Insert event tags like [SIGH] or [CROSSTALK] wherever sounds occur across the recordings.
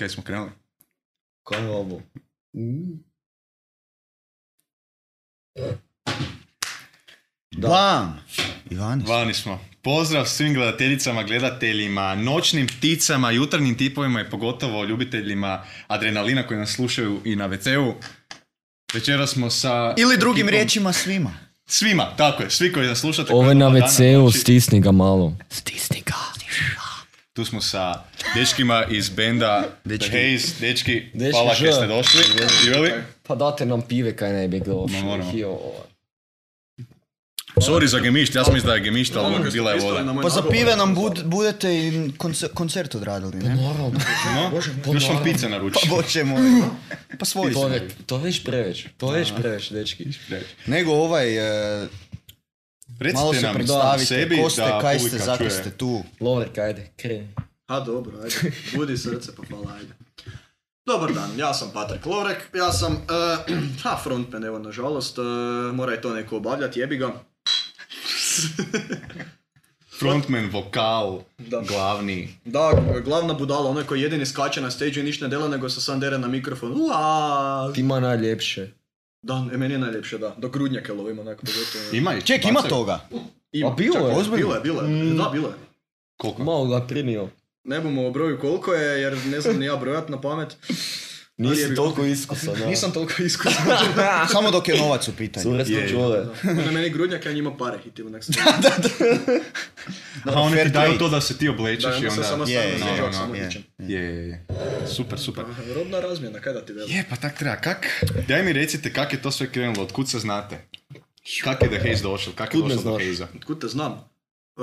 Kaj smo krenuli? Kaj je ovo? Da. Bam! Ivani. Vani smo. Pozdrav svim gledateljicama, gledateljima, noćnim pticama, jutarnjim tipovima i pogotovo ljubiteljima adrenalina koji nas slušaju i na WC-u. Večera smo sa... Ili drugim ekipom- riječima svima. Svima, tako je, svi koji nas slušate. znači, Ovo koji je na gledate dana, WC-u, noći, stisni ga malo. Stisni ga. Tu smo sa dečkima iz benda Dečki. The Haze. Dečki, Dečki, hvala kaj žao. ste došli. Živjeli? Pa date nam pive kaj ne bi bilo. Ma moramo. Hio, Sorry za gemišt, ja sam mislio da je gemišt, ali bila je voda. Pa za pive nam bud- budete i konce- koncert odradili, ne? Normalno. No, još vam pice naručiti. Bože moj. Pa svoji To smo. je, to je već preveć. To je već preveć, dečki. Nego ovaj, e, malo Recite se nam o predstavite, sebi ko ste, da kaj publika ste, zakaj čuje. ste tu. Lovrik, ajde, kreni. A Pa dobro, ajde. Budi srce, pa hvala, ajde. Dobar dan, ja sam Patrik Lovrek, ja sam, eh, [CLEARS THROAT] ha, frontman, evo, nažalost, eh, mora je to neko obavljati, jebi ga. Frontman, vokal, Da. glavni. Da, glavna budala, onaj koji jedini skače na stage i ništa ne dela, nego se sam dere na mikrofon, uaa. Ti ima najljepše. Da, e, meni je najljepše, da, do grudnjake lovim, onako, pogotovo. Ima ih? Ček, ima Bacaju? toga. A bilo Čak, je, Mm. ozbiljno? Bilo je, bilo je, da, bilo je. Koliko? Malo ga primio. Ne bomo o broju koliko je, jer ne znam ni ja brojat na pamet. Ali jebi Nisi ga. toliko iskusan, da. Nisam [LAUGHS] toliko iskusan. Samo dok je novac u pitanju. Cure smo Je, je. čule. Na meni grudnjak, ja njima pare hitim, [LAUGHS] nek se- A oni fair ti daju trade. to da se ti oblečeš Da, i onda se onda... samo Je, stavim je, za je, žog, no, samo je. tičem. Je, je, je. Super, super. Pa, Robna razmjena, kaj da ti velim? Je, pa tak treba. Kak? Daj mi recite kak je to sve krenulo, otkud se znate? Kak je The Haze došel? Kak je Kud me došlo do znaš? Haze-a? Kud te znam? E,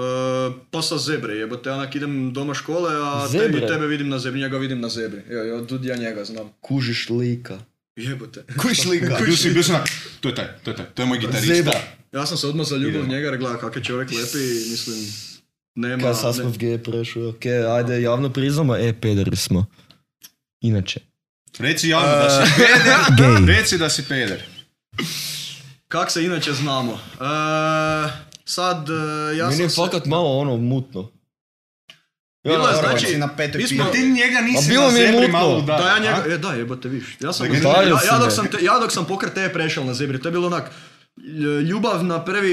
pa sa zebre, jebote, onak idem doma škole, a Zebre? tebi, tebe vidim na zebri, njega vidim na zebri. Joj, joj, dud ja njega znam. Kužiš lika. Jebote. Kuš lika. Bio si, bio si onak, to je taj, to je taj, to je moj gitarista. Zeba. Ja sam se odmah zaljubio u Idemo. njega, jer gleda kak je čovjek lepi i mislim, nema... Kaj sad smo ne- v G prešli, ok, ajde, javno priznamo, e, pederi smo. Inače. Reci javno da si peder, reci da si peder. Kak se inače znamo? E, sad, e, ja Meni sam je se... fakat malo ono mutno. Bilo je, naravno. znači, si na petoj mi smo- pivi. Ti njega nisi A bilo na mi je zebri mutno. malo udario, Da, ja a? njega, e, da, jebote, viš. Ja sam, Da ga ja, ne- ja dok si sam te, ja dok sam pokret te prešel na zebri, to je bilo onak lj- ljubav na prvi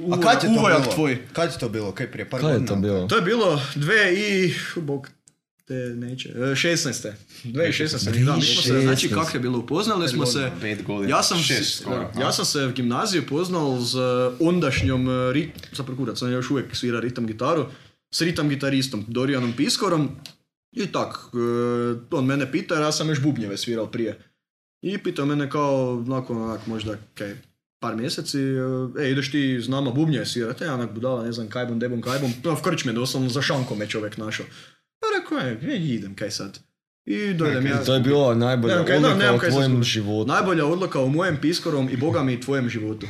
A uvo- kad je to uvojak bilo? tvoj. Kad je to bilo? Kaj prije Pa par Kaj je to godina? bilo? To je bilo dve i... Bog te neće. e, 16. 2016. Da, mi smo se, znači 2016. kako je bilo, upoznali smo se... Pet godina, Ja sam, šest skoro. ja sam se v gimnaziji upoznal z e, ondašnjom e, rit, zapravo kurac, on još uvijek svira ritam gitaru, s ritam gitaristom Dorijanom Piskorom i tak, e, on mene pita, jer ja sam još bubnjeve svirao prije. I pitao mene kao, nakon onak možda kaj, par mjeseci, e, e, ideš ti s nama bubnjeve svirati, ja onak budala, ne znam, kaj bom, debom, kaj bom, no, v krčme doslovno za šankom me čovjek našao. Pa rekao, je, e, idem, kaj sad. I dojdem ja. To je bilo najbolja Nemam kaj- da, odluka nemam u kaj se tvojem zbog- životu. Najbolja odluka u mojem piskorom i boga mi i tvojem životu.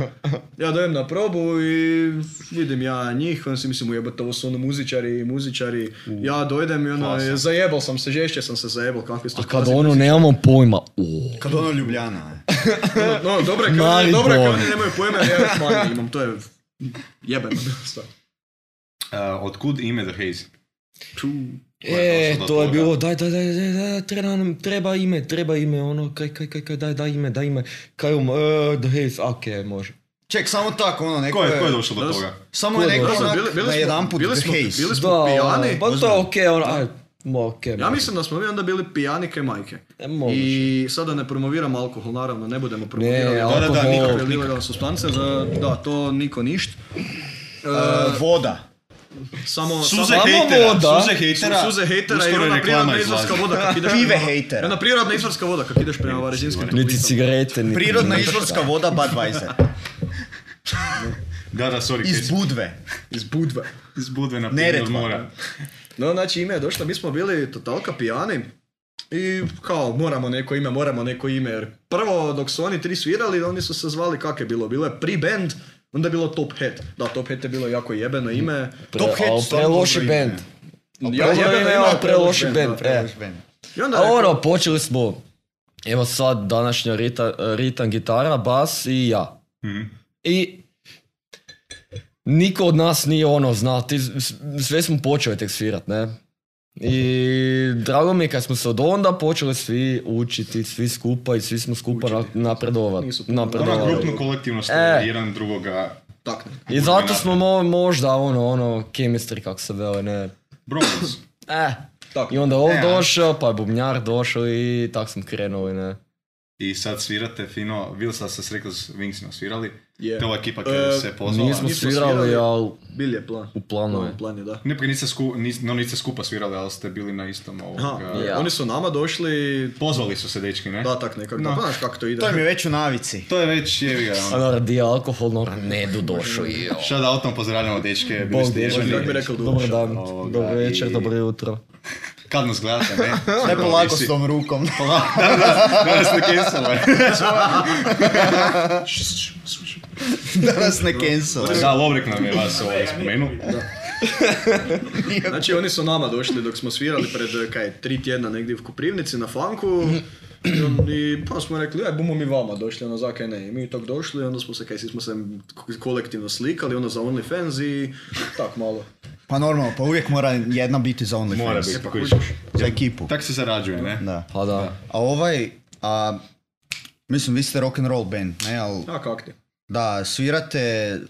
Ja dojem na probu i vidim ja njih, on si mislim ujebate, ovo su ono muzičari i muzičari. Ja dojdem i ono, Klasa. zajebal sam se, žešće sam se zajebal, kakvi ste A kad ono nemamo pojma, o, Kad ono Ljubljana. ne? [LAUGHS] No, no, dobro je kao Mali oni- dobro je kao boj. oni nemaju pojma, jer ja još manje imam, to je jebeno. dosta. Uh, odkud ime The Haze? Ču. je E, došlo do to je toga. bilo, daj, daj, daj, daj, daj, treba nam, treba ime, treba ime, ono, kaj, kaj, kaj, kaj, daj, daj ime, daj ime, kaj um, e, the haze, ok, može. Ček, samo tako ono, neko Ko je, ko je došlo do toga? Samo je Ko je neko došao? onak Bili- bili na smo- jedan put bili The smo- Haze. bili smo- Da, pijani, pa to, ozbiljno. ok, ono, aj, mo, ok, Ja mislim da smo mi onda bili pijani kaj majke. E, moguće. I sada ne promoviram alkohol, naravno, ne budemo promovirali Ne, da, alkohol, nikad. nikakve ilegalne substance, za, da, to niko ništ. E, E, voda. samo, Suze samo hejtera, voda. suze hejtera, suze hejtera i uskoro ona reklama prirodna izlazi. izvorska voda kak ideš Pive prema- hejtera. Jedna prirodna izvorska voda kak ideš prema Varaždinskim niti toplicama. cigarete, niti... Prirodna izvorska voda [LAUGHS] Budweiser. Da, da, sorry, Iz iz, Budve. Iz Budve. iz Budve na primjer Neretva. od mora. No, znači ime je došlo, mi smo bili totalka pijani i kao moramo neko ime, moramo neko ime, jer prvo dok su oni tri svirali, oni su se zvali kak je bilo, bilo je pre-band, onda je bilo Top Hat. Da, Top Hat je bilo jako jebeno ime. Pre, Top Head al, stvarno preloši dobro ime. band. Ja, jebeno ime, al ali preloši preloš band, band, da, e. Baš meni. I onda A je ono, počeli smo, evo sad, današnja rita, ritam gitara, bas i ja. Mhm. I niko od nas nije ono znao, ti, s- sve smo počeli tek svirat, ne? I drago mi je kad smo se od onda počeli svi učiti, svi skupa i svi smo skupa na, napredovati. Nisu puno. Ona napredovali. Ono, grupno kolektivno ste E. jedan drugoga. Tak, ne. I zato smo mo- možda ono, ono, chemistry kako se vele, ne. Brothers. Eh. Tak. I onda ovo E, a- došao, pa je bubnjar došao i tak smo krenuli, ne. I sad svirate fino, bili sad ste se rekli da su Wingsima svirali. Je. To je ova ekipa E, kada se pozvala. Nismo nismo svirali, svirali. ali Bil je plan. u planu je. Plan- Plan je, da. Ne, pa niste, sku, nis, no, niste skupa svirali, ali ste bili na istom Aha, ovoga... je. Ja. oni su nama došli, Pozvali su se dečki, ne? da tak nekako, No. da, znaš kako to ide. To mi je već u navici. To je već jevi ga. A ono. naravno, di je alkohol, no, ne do došao i jo. Shout outom pozdravljamo dečke, bili Bog ste Bože, ježani. Kako bi rekao, Dobar dobar dan, ovoga, dobro večer, i- dobro jutro. Kad nas gledate, ne? Ne pa polako Ovisi. s tom rukom. [LAUGHS] Danas, [LAUGHS] danas ne cancela. Danas ne cancel. Da, Lovrik nam je vas ovaj spomenuo. Znači oni su nama došli dok smo svirali pred eh, kaj, tri tjedna negdje u Koprivnici na fanku. I on- I pa smo rekli, aj bomo mi vama došli, ono zakaj ne. I mi tako došli, onda smo se, kaj, svi smo se ko- kolektivno slikali, ono za OnlyFans i tak malo. Pa normalno, pa uvijek mora jedna biti za OnlyFans. Mora biti, pa kužiš. Za ekipu. Tak se zarađuje, ne? Da. Pa da. A ovaj, a, mislim, vi ste rock and roll band, ne, ali A kak ti? da, svirate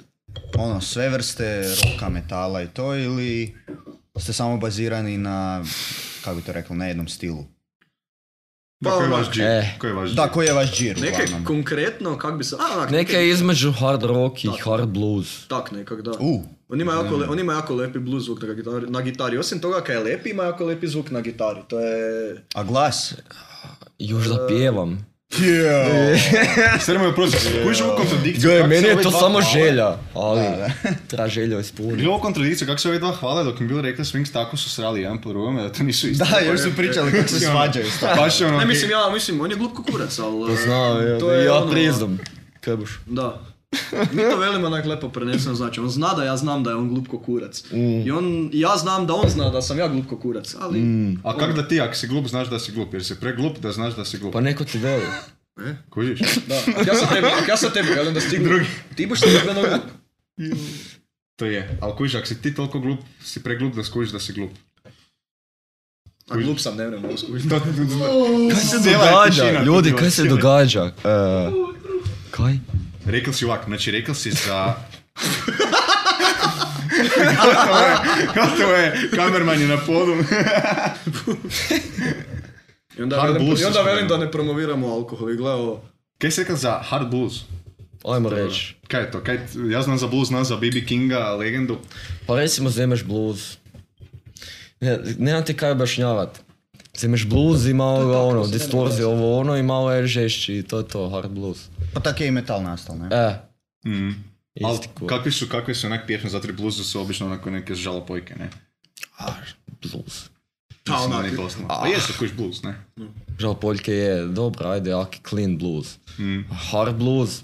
ono, sve vrste roka, metala i to, ili ste samo bazirani na, kako bi to rekao, na jednom stilu? Da, koji je Pa, vaš džir? E. Koji je vaš Da, džir? koji je vaš džir Nekaj uglavnom? konkretno, kak bi se... A, onak, Neka je između hard rock i Da. hard blues. Tak nekak, da. U, On ima, jako, le- on ima jako lepi blues zvuk na gitari, na gitari. Osim toga kaj je lepi, ima jako lepi zvuk na gitari. To je... a glas? Još da pjevam. Srmo je prosim, E. kužiš ovu kontradikciju? Joj, kako meni se je ove to dva samo hvale? želja, ali [LAUGHS] treba želja ispuniti. [LAUGHS] Bilo ovo kontradikciju, kako se ove dva hvale dok mi bilo rekli Swings tako su srali jedan po drugome, da to nisu isto. Da, još su pričali kako se svađaju. Pa Baš je ono... Ne, mislim, ja mislim, on je glup kukurac, ali... eh, Znao, Pa ja, to je ja ono- priznam. Kaj boš? Da. Mi to velimo onak lepo preneseno, znači on zna da ja znam da je on glup kurac. Mm. I on, ja znam da on zna da sam ja glup kurac, ali... A kak da ti, ako si glup, znaš da si glup, jer si preglup da znaš da si glup. Pa neko ti veli. Kužiš? Da, ja sam tebi, ja sam tebi, velim da stignu. Drugi. Ti boš službeno glup. To je. Ali kužiš, ako si ti toliko glup, si preglup da skužiš da si glup. A glup sam, ne vrem, mogu skužiti. Da, Kaj se Cijela je tišina tu događa? Ljudi, bila, kaj se cijela je- događa? E, Kaj? Rekli si ovak, znači rekli si za... [LAUGHS] Gotovo je, kamerman je na podu. I onda, Hard velim, blues i onda su velim da spremni. ne promoviramo alkohol i gledao... Kaj si rekao za hard blues? Ajmo reći. Kaj je to? Kaj, ja znam za blues, znam za BB Kinga, legendu. Pa recimo zemeš bluz. Ne, nemam ti kaj objašnjavat. Zemeš bluz i malo ga ono, distorzi ovo ono i malo je žešći i to je to, hard blues. Pa tako je i metal nastal, ne? E, Mm. Al, Isti ko- kakvi su, kakvi su onak pjesme za tri bluzu su obično onako neke žalopojke, ne? hard blues. Pa Mislim da onak, nije doslovno. Pa jesu, kuš blues, ne? Žal Poljke je, dobro, ajde, aki clean blues. Hard blues,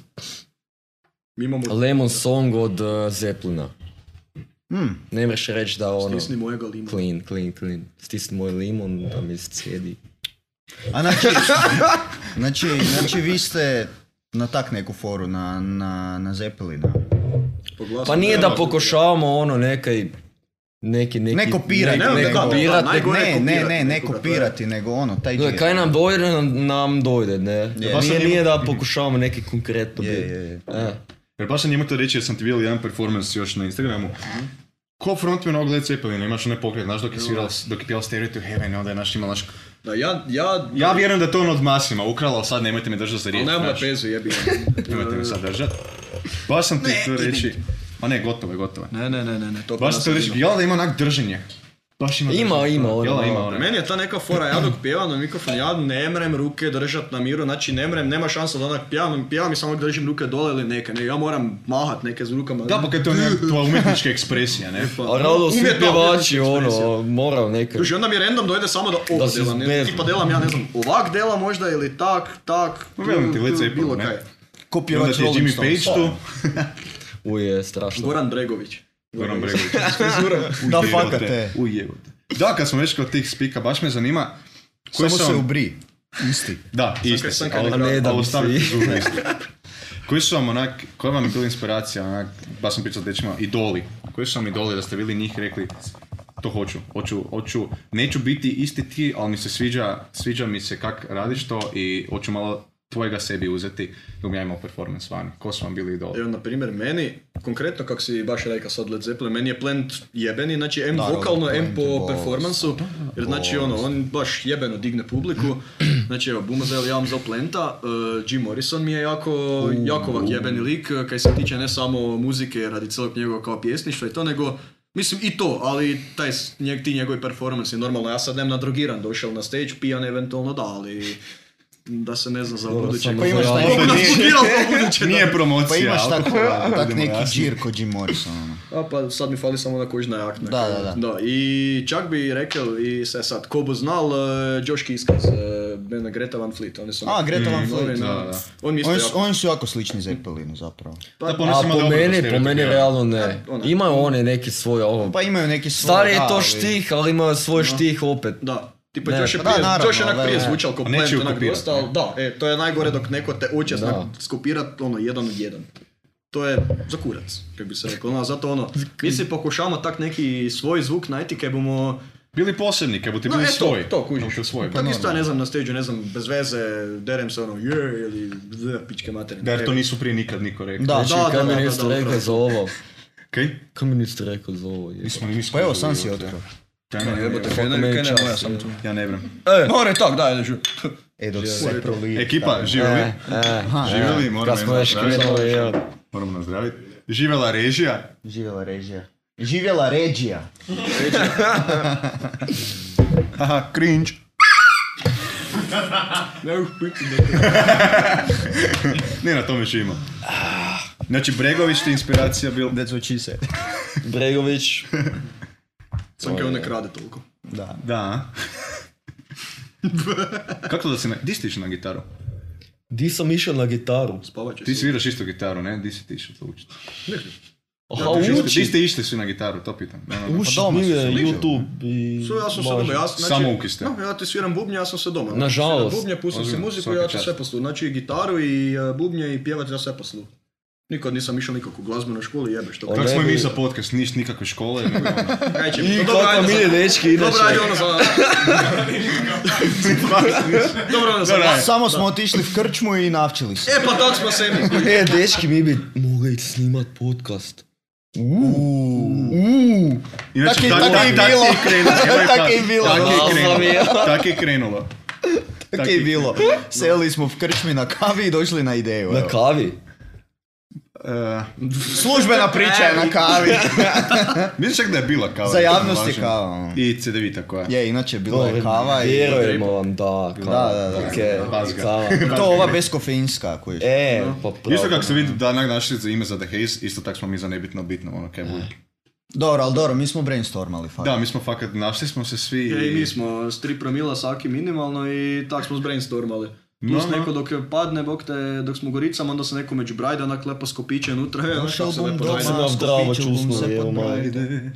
mi imamo... lemon song od uh, Zeppelina. Ne mreš reći da ono, Nisni mojega lima. clean, clean, clean. Stisni moj limon da mi sjedi. A znači, znači, znači vi ste na tak neku foru, na, na, na Zeppelina. Po glasu. Pa nije da Evo. pokušavamo ono nekaj, neki, neki... Ne kopiraj, ne, ne, ne ne, da, kopirat, da, ne- Gore Ne, ne, ne, ne kopirati nekoga, kopirati, nego ono, taj Gle, džir. kaj nam dojde, nam, nam dojde, ne? Je. Pa Nije, sam nije im- da pokušavamo neki konkretno Je, biti. je, je. E, Jer baš sam njemu to reći jer sam ti vidjeli jedan performance još na Instagramu. Ko frontman ovog Led Zeppelina, imaš onaj pokret, znaš dok je svirao, dok je pjevao Stairway to Heaven, onda je naš imao naš... Da, ja, ja... Ja vjerujem da je to on od masima ukrala, ali sad nemojte me držati za Ali riječ, nemam znaš. lepezu, jebi. Nemojte me sad držati. Baš sam ti htio reći... Pa ne, gotovo je, gotovo je. Ne, ne, ne, ne, ne, to Baš kod sam ti nas reći, ima. jel da ima onak držanje. Baš ima Ima, držanje. ima, ono, Jel da ima ono. ono. Meni je ta neka fora, ja dok pjevam na mikrofon, ja ne mrem ruke držat na miru, znači ne mrem, nema šansa da onak pjevam, pjevam i samo držim ruke dole ili neke, ne, ja moram mahat neke s rukama. Da, pa kaj to je nekak tvoja umjetnička ekspresija, [LAUGHS] ne? a rado svi Umjetna pjevači, umjetnička znači ekspresija. ono, morao nekaj. Duže, onda mi random dojde samo da ovo Da se delam, ne, zbezno. tipa delam, ja ne znam, ovak delam možda ili tak, tak, Pa velim ti, tu, Led tu, Zeppelin, bilo ne? kaj. Ko I onda pjevač ti je Rolling Jimmy Stones. Page tu. Uje, strašno. Goran Bregović. Goran [LAUGHS] Bregović. [LAUGHS] Da, Ujebo faka te. te. Ujebo te. Da, kad smo već kod tih spika, baš me zanima... koji Samo su se vam- ubri. Isti. Da, isto. kaj- sam kaj Ali, nekako- ali, Ne dam ostavite si. drugu isto. [LAUGHS] Koji su vam onak, koja vam je bila inspiracija, onak, baš sam pričao s dečima, idoli. Koji su vam idoli da ste bili njih i rekli, to hoću. Hoću, hoću, neću biti isti ti, ali mi se sviđa, sviđa mi se kak radiš to i hoću malo tvojega sebi uzeti dok ja imao performance vani. Ko su vam bili idoli? Evo, na primjer, meni, konkretno kako si baš rekao sad Led Zeppelin, meni je Plant jebeni, znači M Da, vokalno, Plant M je po boss. performansu, jer znači ono, on baš jebeno digne publiku, znači evo, Bumazel, ja vam za Planta, eh, Jim Morrison mi je jako, jako ovak jebeni lik, eh, kaj se tiče ne samo muzike radi cijelog njegovog kao pjesništva i to, nego Mislim i to, ali taj, s- njeg, ti njegovi performansi, normalno ja sad nem nadrogiran došel na stage, pijan eventualno da, ali da se ne zna za Dobro, buduće. samo Pa [LAUGHS] imaš za taj- javnost. Opet nije- Blokirao za buduće, [LAUGHS] da. Nije promocija. Pa imaš ali- tako, tak budemo neki jasni. džir kod Jim Morrison. ono. A pa sad mi fali samo na kožna jakna. Da, da, da. i čak bi rekel, i se sad, ko bo znal, uh, Josh Kiskaz, uh, Bena Greta Van Fleet. Oni su ono- Mm, A, Greta Van Fleet, oni- da, da. On mi isto Oni su, jako- oni su jako slični Zeppelinu zapravo. Da, pa oni A su imali po obrnuto meni, po meni stereotipe. realno ne. Kad ona- Imaju one neke svoje ovo. Pa imaju neki svoj... Stari je da, to ali- štih, ali imaju svoj štih opet. Da. Tipa Ne, Josh je pa da, prije, naravno, Josh je onak da, prije da. zvučal ko A neće plant, ju onak kopirat, dosta, ali da, e, to je najgore dok neko te hoće Da. znak skopirat, ono, jedan od jedan. To je za kurac, kako bi se reklo. Ono, zato ono, mi si pokušamo tak neki svoj zvuk najti kaj bomo Bili posebni, kad bi ti No, bili eto, svoj. to kužiš. Kad bi svoj. Pa isto ja ne znam na stage ne znam, bez veze, derem se ono, je, ili "Z", pičke materine. Da, jer to nisu prije nikad niko rekao. Da, Znači, da, kaj da, mi da, niste da, da, rekao da. za ovo? Kaj? Kaj mi niste rekao za ovo? jebote? Nismo ni nismo. Pa evo, sam si otkrio. Jebote, otkrio. kaj ne, kaj ne, čast, moja sam tu. Ja ne vrem. E, More, tak, daj, da, žu. E, dok se prolije. Ekipa, e, živjeli. e. Živjeli, moramo Kad smo im već krenuli, nazdraviti. evo. Moramo nazdraviti. Živjela režija. Živjela režija. Živjela režija. Haha, cringe. Ne, už pičke, da. Ne, na tome živimo. Znači, Bregović ti je inspiracija bil. That's what she said. Bregović, Sam kaj on ne krade toliko. Da. Da. Kako da se ne... Di si ti išao na gitaru? di sam išao na gitaru? Spavat će Ti se. sviraš isto gitaru, ne? Di si ti išao to učiti? Aha, Di ste- Di uči, ste išli svi na gitaru, to pitam. Ne, ne, ne. uči doma su knjige, se ližali. YouTube i... Sve, ja sam se Bože. doma, ja sam, znači, Samo uki ste. no, ja ti sviram bubnje, ja sam se doma. znači, Nažalost. Sviram bubnje, pustim si Ozbiljno, muziku, svaka ja ti čast. sve poslu. Znači, i gitaru, i e, bubnje, i pjevat, ja sve poslu. Nikad nisam išao nikakvu glazbu na školi, jebe što. Pa Kako smo i Ne mi bi- za podcast, niš nikakve škole. nego ono. [LAUGHS] Kaj će mi I to dobro, kako ajde mi za- je dečki, inače. Dobro, ajde ono za... Dobro, ono za... Dobro, ajde. Samo smo otišli v krčmu i navčili se. E, pa tad smo se mi. E, dečki, mi bi mogli ići snimat podcast. Inače, Tak je- tak- tak je tak- i tak bilo. je i [LAUGHS] krenulo. Evo je Tak tak- je i bilo. tak je Hvala krenulo. vam je. Tak je krenulo. Tako je bilo. Selili smo v krčmi na kavi i došli na ideju. Na evo. kavi. Eh, E, Službena priča je na kavi. Mislim E, čak da je bila kava. Za javnost je važno. kava. ono. I CD-vita koja. [LAUGHS] Je, inače bila je kava i... Vjerujemo vam, da, kava. Da, da, da. Okej, Bazga. [LAUGHS] kava. To ova bezkofeinska koju je. E, pa pravo. Isto kako se vidi da onak našli za ime za The Haze, isto tako smo mi za nebitno bitno, ono kaj bude. E. Dobro, ali dobro, mi smo brainstormali fakt. Da, mi smo fakat, našli smo se svi Ja, i i... mi smo s tri promila svaki minimalno i tak smo zbrainstormali. No, Plus no. neko dok je padne, bok te, dok smo u goricama, onda se neko među brajda onak lepo skopiće unutra. e, znaš kako Došao se Pa bom lepo doma, zajebe. Sam ja v dravu skopiću bum se čusnuo, evo, pod malo. brajde.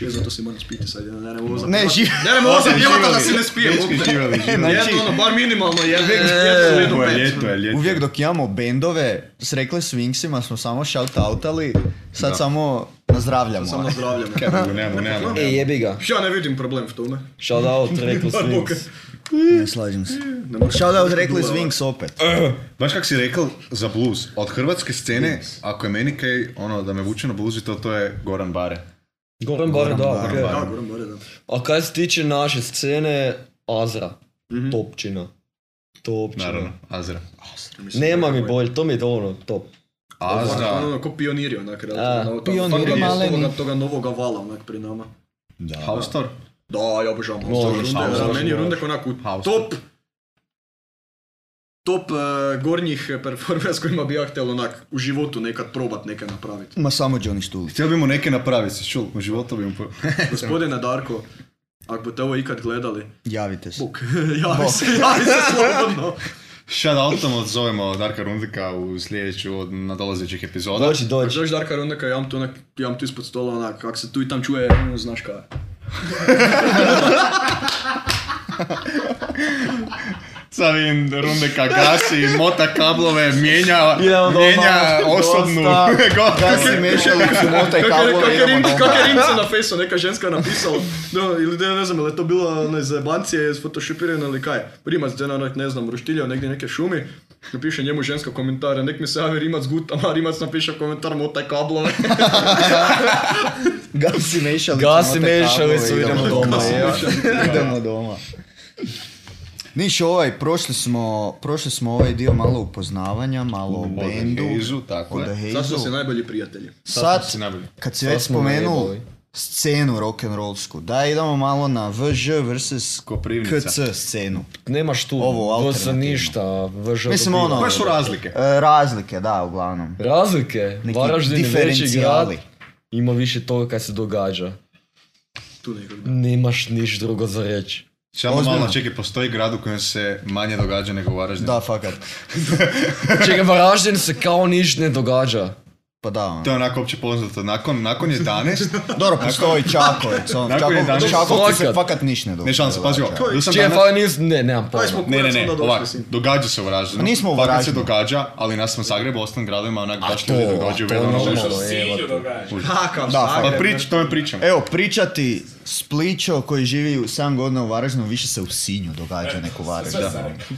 Je, zato si moram spiti sad, ja ne nervoza. Ne, živ... Ne nervoza, Opet djevata da živali. si ne spije, Dečki bok te. živali, [LAUGHS] živali. Jedno ono, bar minimalno, jedno, Ljeto jedno, je, jedno, ljeto je, ljeto je. Uvijek dok imamo bendove, s rekle Swinksima smo samo shoutoutali, sad Da. samo nazdravljamo. Samo zdravljamo. Kaj mogu, nemamo, nemamo. E, jebi ga. Ja ne vidim problem v tome. Shout out, rekao Bar bok. Swings. Ne slažem se. Ne moraš- Shoutout rekli Swinks opet. Baš kak si rekao za blues, od hrvatske scene, ako je meni kaj, ono, da me vuče na blues i to, to je Goran Bare. Goran Bar, da, Bar, okej. Bar. Da, govorim, E, more, da. A kaj se tiče naše scene, Azra. Mhm. Topčina. Topčina. Naravno, Azra. Mislim, Nema da je mi bolje, to mi je dovoljno, top. Ono, Azra, ono, ko pioniri onak, ono, A, relativno. pioniri Pioniri maleni. maleni. Toga novoga vala onak pri nama. Haustor. Da, ja obožavam Može, House runde. House Za House meni je House. rundek onako u House. top top eh, gornjih performera s kojima bi ja htjel onak u životu nekad probat neke napraviti. Ma samo Johnny Stulic. Htio bi mu neke napraviti, si čul, u životu bi mu... po- [LAUGHS] Gospodine Darko, ako budete ovo ikad gledali, Javite se. buk, [LAUGHS] javi se, javi se slobodno. Shout outom odzovemo Darka Rundika u sljedeću od nadolazećih epizoda. Dođi, Ako dođi. želiš Darka Rundeka, ja vam tu, onak, ja vam tu ispod stola onak, kak se tu i tam čuje, ono, znaš kaj. je. Sad vidim runde ka gasi, mota kablove, mijenja, Idemo doma, mijenja osobnu. [LAUGHS] dosta. Go- si mešalicu mota E, i Kako je, kablove, kak je, idemo rim- doma. kak je rimce [LAUGHS] na fesu neka ženska napisala, no, ili ne, ne znam, ili je to bila ne, zajebancija iz photoshopirana ili kaj. Rimac je onak, ne znam, roštiljao negdje neke šumi, napiše njemu ženska komentara, nek mi se javi Rimac gutama, Rimac napiše komentar motaj [LAUGHS] kablove. Gasi mešalicu Gasi mota i mešalicu, kablove, idemo doma, evo. idemo doma. Niš, ovaj, prošli smo, prošli smo ovaj dio malo upoznavanja, malo o Od bendu. Hazu, tako o je. The Sad smo Hazu. se najbolji prijatelji. Sad Sad, si najbolji. kad si Sad već smo spomenuo najbolji. scenu rock'n'rollsku, da idemo malo na VŽ vs. Koprivnica. KC scenu. Nemaš tu, Ovo, to sam alternativno. ništa, VŽ Mislim, dobiva. ono- Koje su razlike? E, razlike, da, uglavnom. Razlike, Neki Varaždin je veći grad, diferencijali. ima više toga kad se događa. Tu nekog. Nemaš niš drugo za reći. Samo Ozbiljno. malo, čekaj, postoji grad u kojem se manje događa nego u Varaždinu. Da, fakat. Čega Varaždin se kao niš ne događa. Pa da, ono. To je onako opće poznato. Nakon, nakon 11, Dobro, postoji Čakovec, ono, Nakon Čakov, 11 Čakovcu se fakat. fakat niš ne događa. ne šansa, pazi ovo. Koji? Bio sam Čega danas- fali nis, ne, nemam Kaj pojma. smo Ne, ne, kurac ne, onda došli ovak, si? događa se u Varaždinu. Pa nismo u Fakat Varaždinu. se događa, ali naspram Zagrebu, ostalim gradovima, onak baš to, ljudi a događaju to vjerno normalno. nešto. Što se evo cilju te. događa. Takav Da, Pa Zagreb, prič, znaš. to me pričam. Evo, pričati Splićo koji živi u 7 godina u Varaždinu, više se u Sinju događa E, neko Varaždin. Sve sam rekao.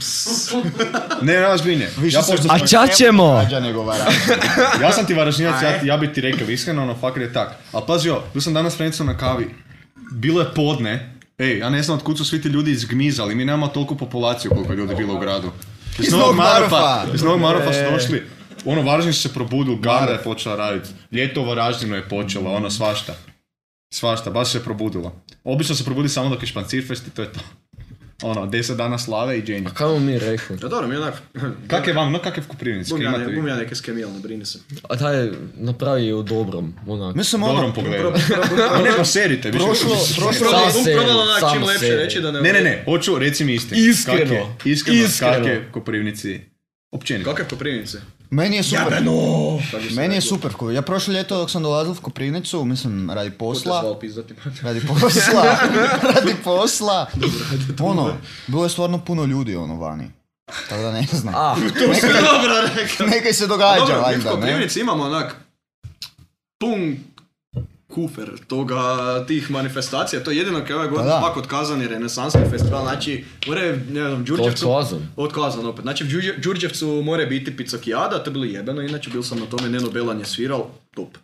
Ne, ne, ozbiljnije. Više Ja, se pošto- u A Spliću ča ćemo? događa nego Varaždin. ja sam ti Varaždinac, A, ja, e? ja bi ti rekao, iskreno, ono, fakat je tak. Ali pazi, ovo, bio sam danas s Frencom na kavi. Bilo je podne. Ej, ja ne znam od kud su svi ti ljudi izgmizali, mi nemamo toliko populaciju koliko je ljudi bilo u gradu. Iz, Novog Novog Marofa! Marofa. Iz Novog Marofa su došli. Ono, Varaždin su se probudili, garda je počela raditi. Ljeto u Varaždinu je počelo, ono, svašta. Svašta, baš se je probudilo. Obično se probudi samo dok je Špancirfest i to je to. Ono, 10 dana slave i dženja. Kaj vam mi rekli? Ja dobro, mi je [LAUGHS] onak... Kak je vam, no kak je v Koprivnici? Bum kaj ja, imate ne, vi? bum ja neke skemijal, ne [LAUGHS] brini se. A taj napravi je u dobrom, onak. Mislim, ono, Dobrom pogledu. A ne, pa serite, više. prošlo, prošlo, Sam Bum sebe, probala onak sam čim lepše sebe. reći da ne... Ne, ne, ne, hoću, reci mi istinu. Iskreno. Kak je, iskreno, Iskreno. kak je Koprivnici? Općenito. Kakve Koprivnice? meni je super. Kako se Meni je reklo? super. ko- Ja prošlo ljeto dok sam dolazil u Koprivnicu, mislim, radi Ko Pa- te posla, [LAUGHS] zvao pizdati? radi posla, radi posla. Ono, bilo je stvarno puno ljudi ono vani. Tako da ne znam. A, Dobro rekao. Nekaj se događa, Dobro, mi u valjda, ne? Koprivnici imamo onak pun kufer toga, tih manifestacija. To je jedino kao je Pa da. godin pak otkazan je renesanski festival. Znači, more, ne znam, to je Đurđevcu... kazan. Otkazan opet. Znači, u Đurđe- Đurđevcu more biti picokijada, to je bilo jebeno, inače bil sam na tome, Neno Belan je sviral, top.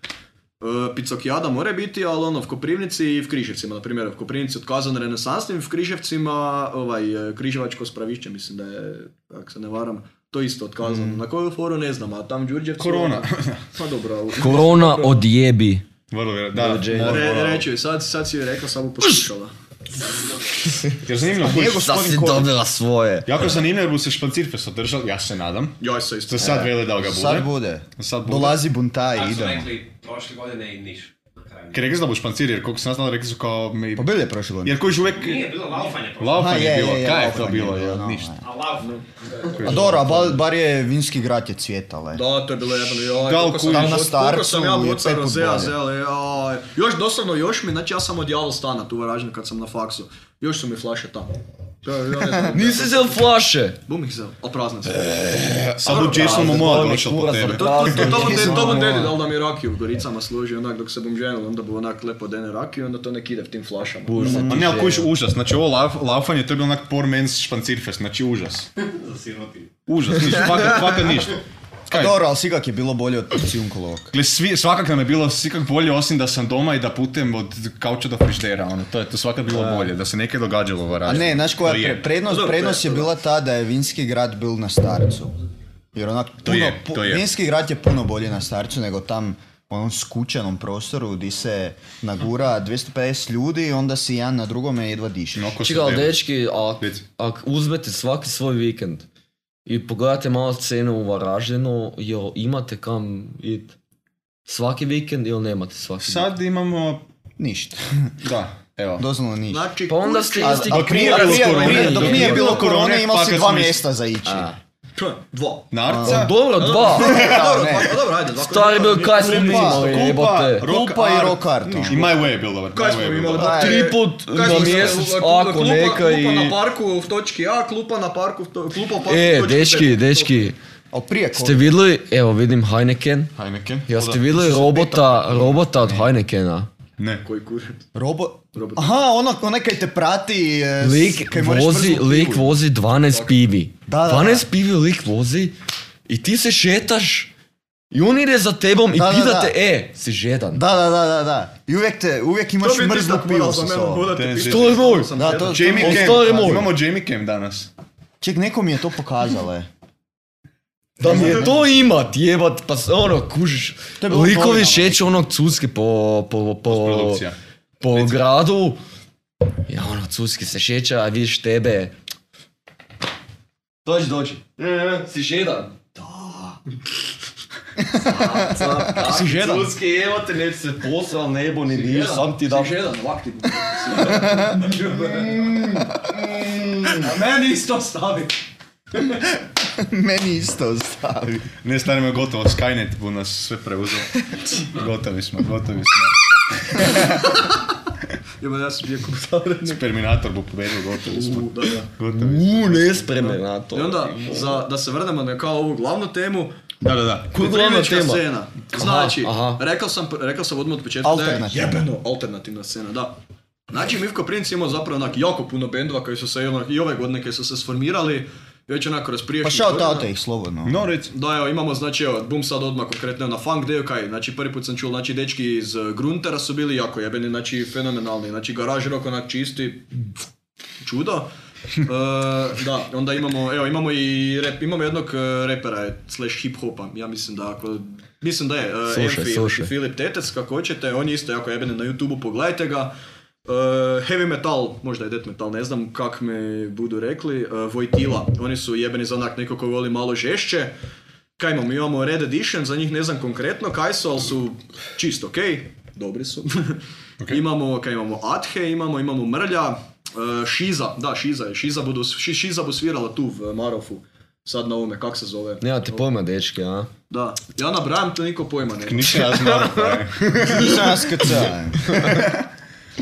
E, Picokijada more biti, ali ono, v Koprivnici i v Križevcima, na primjer, v Koprivnici otkazan renesansnim, v Križevcima, ovaj, e, Križevačko spravišće, mislim da je, ako se ne varam, to je isto otkazano. Mm. Na koju foru ne znam, a tam Đurđevcu... Korona. Pa dobro, ali... Korona odjebi. Vrlo vjerojatno. Da, Dođe. mora, Re, mora. reći, joj, sad, sad si joj rekao, samo poslušala. Jer zanimljivo, Nije kužiš, Sad si gospodin Kovač. dobila svoje. jako zanimljivo jer bu se Špancirfest održal, ja se nadam. Joj, se isto. Za sad vele da ga bude. Sad bude. Sad bude. Dolazi buntaj, Tako su idemo. rekli prošle godine i niš. na kraju. Kaj rekli su da bu Špancir, jer koliko sam znao, rekli su kao... Mi... Pa bilo je prošle godine. Jer kojiš uvijek... Nije bilo laufanje prošle. Aha, Laufanje je je, bilo, je, je, kaj je to laufanje bilo, je je, bilo, ništa. A lauf. A dobro, a bar, bar je vinski grad je cvjetala. Da, to je bilo jebeno, joj, Da, koliko kužiš. sam, ja- Na koliko sam ja starcu je boca pet put rozea, bolje. zele, joj. Još doslovno, još mi, znači ja sam odjavao stana tu u Varaždinu kad sam na faksu. Još su mi flaše tamo. To je, [LAUGHS] ja ne znam. Nisi zel flaše. Bum ih zel, a prazne su. Sad bu Jason Momoa došao po tebe. To, to, to, to, bom Nisam de- to bom znao. dedi, dal da mi rakiju u Goricama služi, onak dok se bom ženil, onda bi onak lepo dene rakiju, onda to nek ide v tim flašama. Ma ne, ali kojiš užas, znači ovo lauf, laufanje, to je bilo onak poor man's Špancirfest, znači užas. Za sirotinju. Užas, ništa, [LAUGHS] fakat, fakat ništa. A Kaj? dobro, ali sikak je bilo bolje od Ciunkolovog. Gle, svi, svakak nam je bilo svakak bolje osim da sam doma i da putem od kauča do friždera, ono, to je to svakak bilo bolje, da se neke događalo u A Varaždinu. ne, znaš koja je Prije. pre- prednost? Dobro, Prednost je pre- bila ta da je vinski grad bil na starcu. Jer onak, puno, je, pu- to je. vinski grad je puno bolje na starcu nego tam u onom skučenom prostoru di se nagura 250 ljudi i onda si jedan na drugome jedva diši. Oko Čekaj, ali sam- dečki, ak, Reci. ak uzmete svaki svoj vikend i pogledate malo scenu u Varaždinu, jel imate kam id svaki vikend ili nemate svaki vikend? Sad imamo, Ništa. [LAUGHS] da, evo. Doslovno ništa. Znači, Pa onda kuć- ste A, isti a prije prije, je bilo prije- korone, prije- dok dok nije je bilo bilo korone, korone imao si fakat dva smo išli. mjesta za ići. Dva. Narca, Dobro, dva. Dobro, ne. dva- a dobro, ajde, dva. Stari je bio kaj smo mi Kupa, imali, jebote. Kupa i Rock Art, ono. I My Way je bil dobar. Kaj My smo Way je bil imali? dobar. Da, Tri put Kaj smo na imali? mjesec, Klupa- ako klupa- neka i... Klupa na parku v točki A, klupa na parku, v to- klupa u parku u E, točki B. dečki, dečki, Ali prije ste vidjeli, evo vidim Heineken, Heineken. jel ste vidjeli robota, robota od Heinekena? Ne. Koji kurac. Robo... Robot. Aha, ono ko nekaj te prati... e, s- Lik kaj moraš vozi, brzo u lik pivu. vozi 12 pivi. Da, da, 12 pivi lik vozi i ti se šetaš i on ide za tebom i Da, da, pita da. te, e, si žedan. Da, da, da, da, da. I uvijek, te, uvijek imaš To bi ti mrzlo sad morao pivo za sa mene sobom. hodati, Te pišti, zezanje. sam Da, sam to- jedan. to- Jamie O, stari Cam. moj. Imamo Jamie Cam danas. Ček, neko mi je to pokazalo, [LAUGHS] je. Da mi je to imat, jebat, pa s- ono, kužiš. To je bilo no. u Likovi novinama. šeću onog cuske po, po, po, Produkcija. po gradu. Ja ono, cuski se šeća, a vidiš tebe. Dođi, dođi. Ja, E, e, Si žedan. Da. Cap, [LAUGHS] cap, cap. Si žedan? Cuski, evo te, neću se posral, nebo ni niš, Jedan, sam ti dam. Si žedan, [LAUGHS] ovak [LAUGHS] ti bude. Si Mm, žedan. A meni isto stavi. Meni isto stavi. Ne, stari me gotovo, Skynet bu nas sve [LAUGHS] preuzeo. Gotovi smo, gotovi smo. Jebe, ja sam bio komentare. Terminator bu pobedio, gotovi smo. Da, da. Gotovi smo. U, nespremen na to. I onda, za, da se vrnemo na kao ovu glavnu temu, Da, da, da. Koja je glavna Pritrivička tema? scena. Znači, aha. Rekao, sam, rekao sam odmah od početka da je Alternativna. jebeno alternativna scena, da. Znači, Mivko Prince imao zapravo onak jako puno bendova koji su se i onak, i ove godine koji su se sformirali, već onako razpriješnji. Pa šao tata ih slobodno. No, reci. Da, evo, imamo, znači, evo, bum sad odmah konkretno na funk deo kaj, znači prvi put sam čuo, znači, dečki iz eh, Gruntera su bili jako jebeni, znači, fenomenalni, znači, garaž rock onak čisti, čudo. E, da, onda imamo, evo, imamo i rep, imamo jednog eh, repera, eh, slash hip hopa, ja mislim da ako, mislim da je, e, Slušaj, Enfi- slušaj. Filip Tetec, kako hoćete, on je isto jako jebeni na youtube pogledajte ga. E, heavy metal, možda je death metal, ne znam kak me budu rekli, e, Vojtila, oni su jebeni za onak neko koji voli malo žešće. Kaj imamo, imamo Red Edition, za njih ne znam konkretno kaj su, ali su čisto ok, dobri su. [LAUGHS] Imamo, kaj imamo, Athe, imamo, imamo Mrlja, e, Šiza, da, Šiza je, Šiza, budu, Ši- Šiza bu svirala tu v Marofu, sad na ovome, kak se zove. Nemate Ja, pojma, dečki, a? Da, ja nabrajam, to niko pojma ne. Nisam ja znao. e. [LAUGHS] Nisam nas kcao.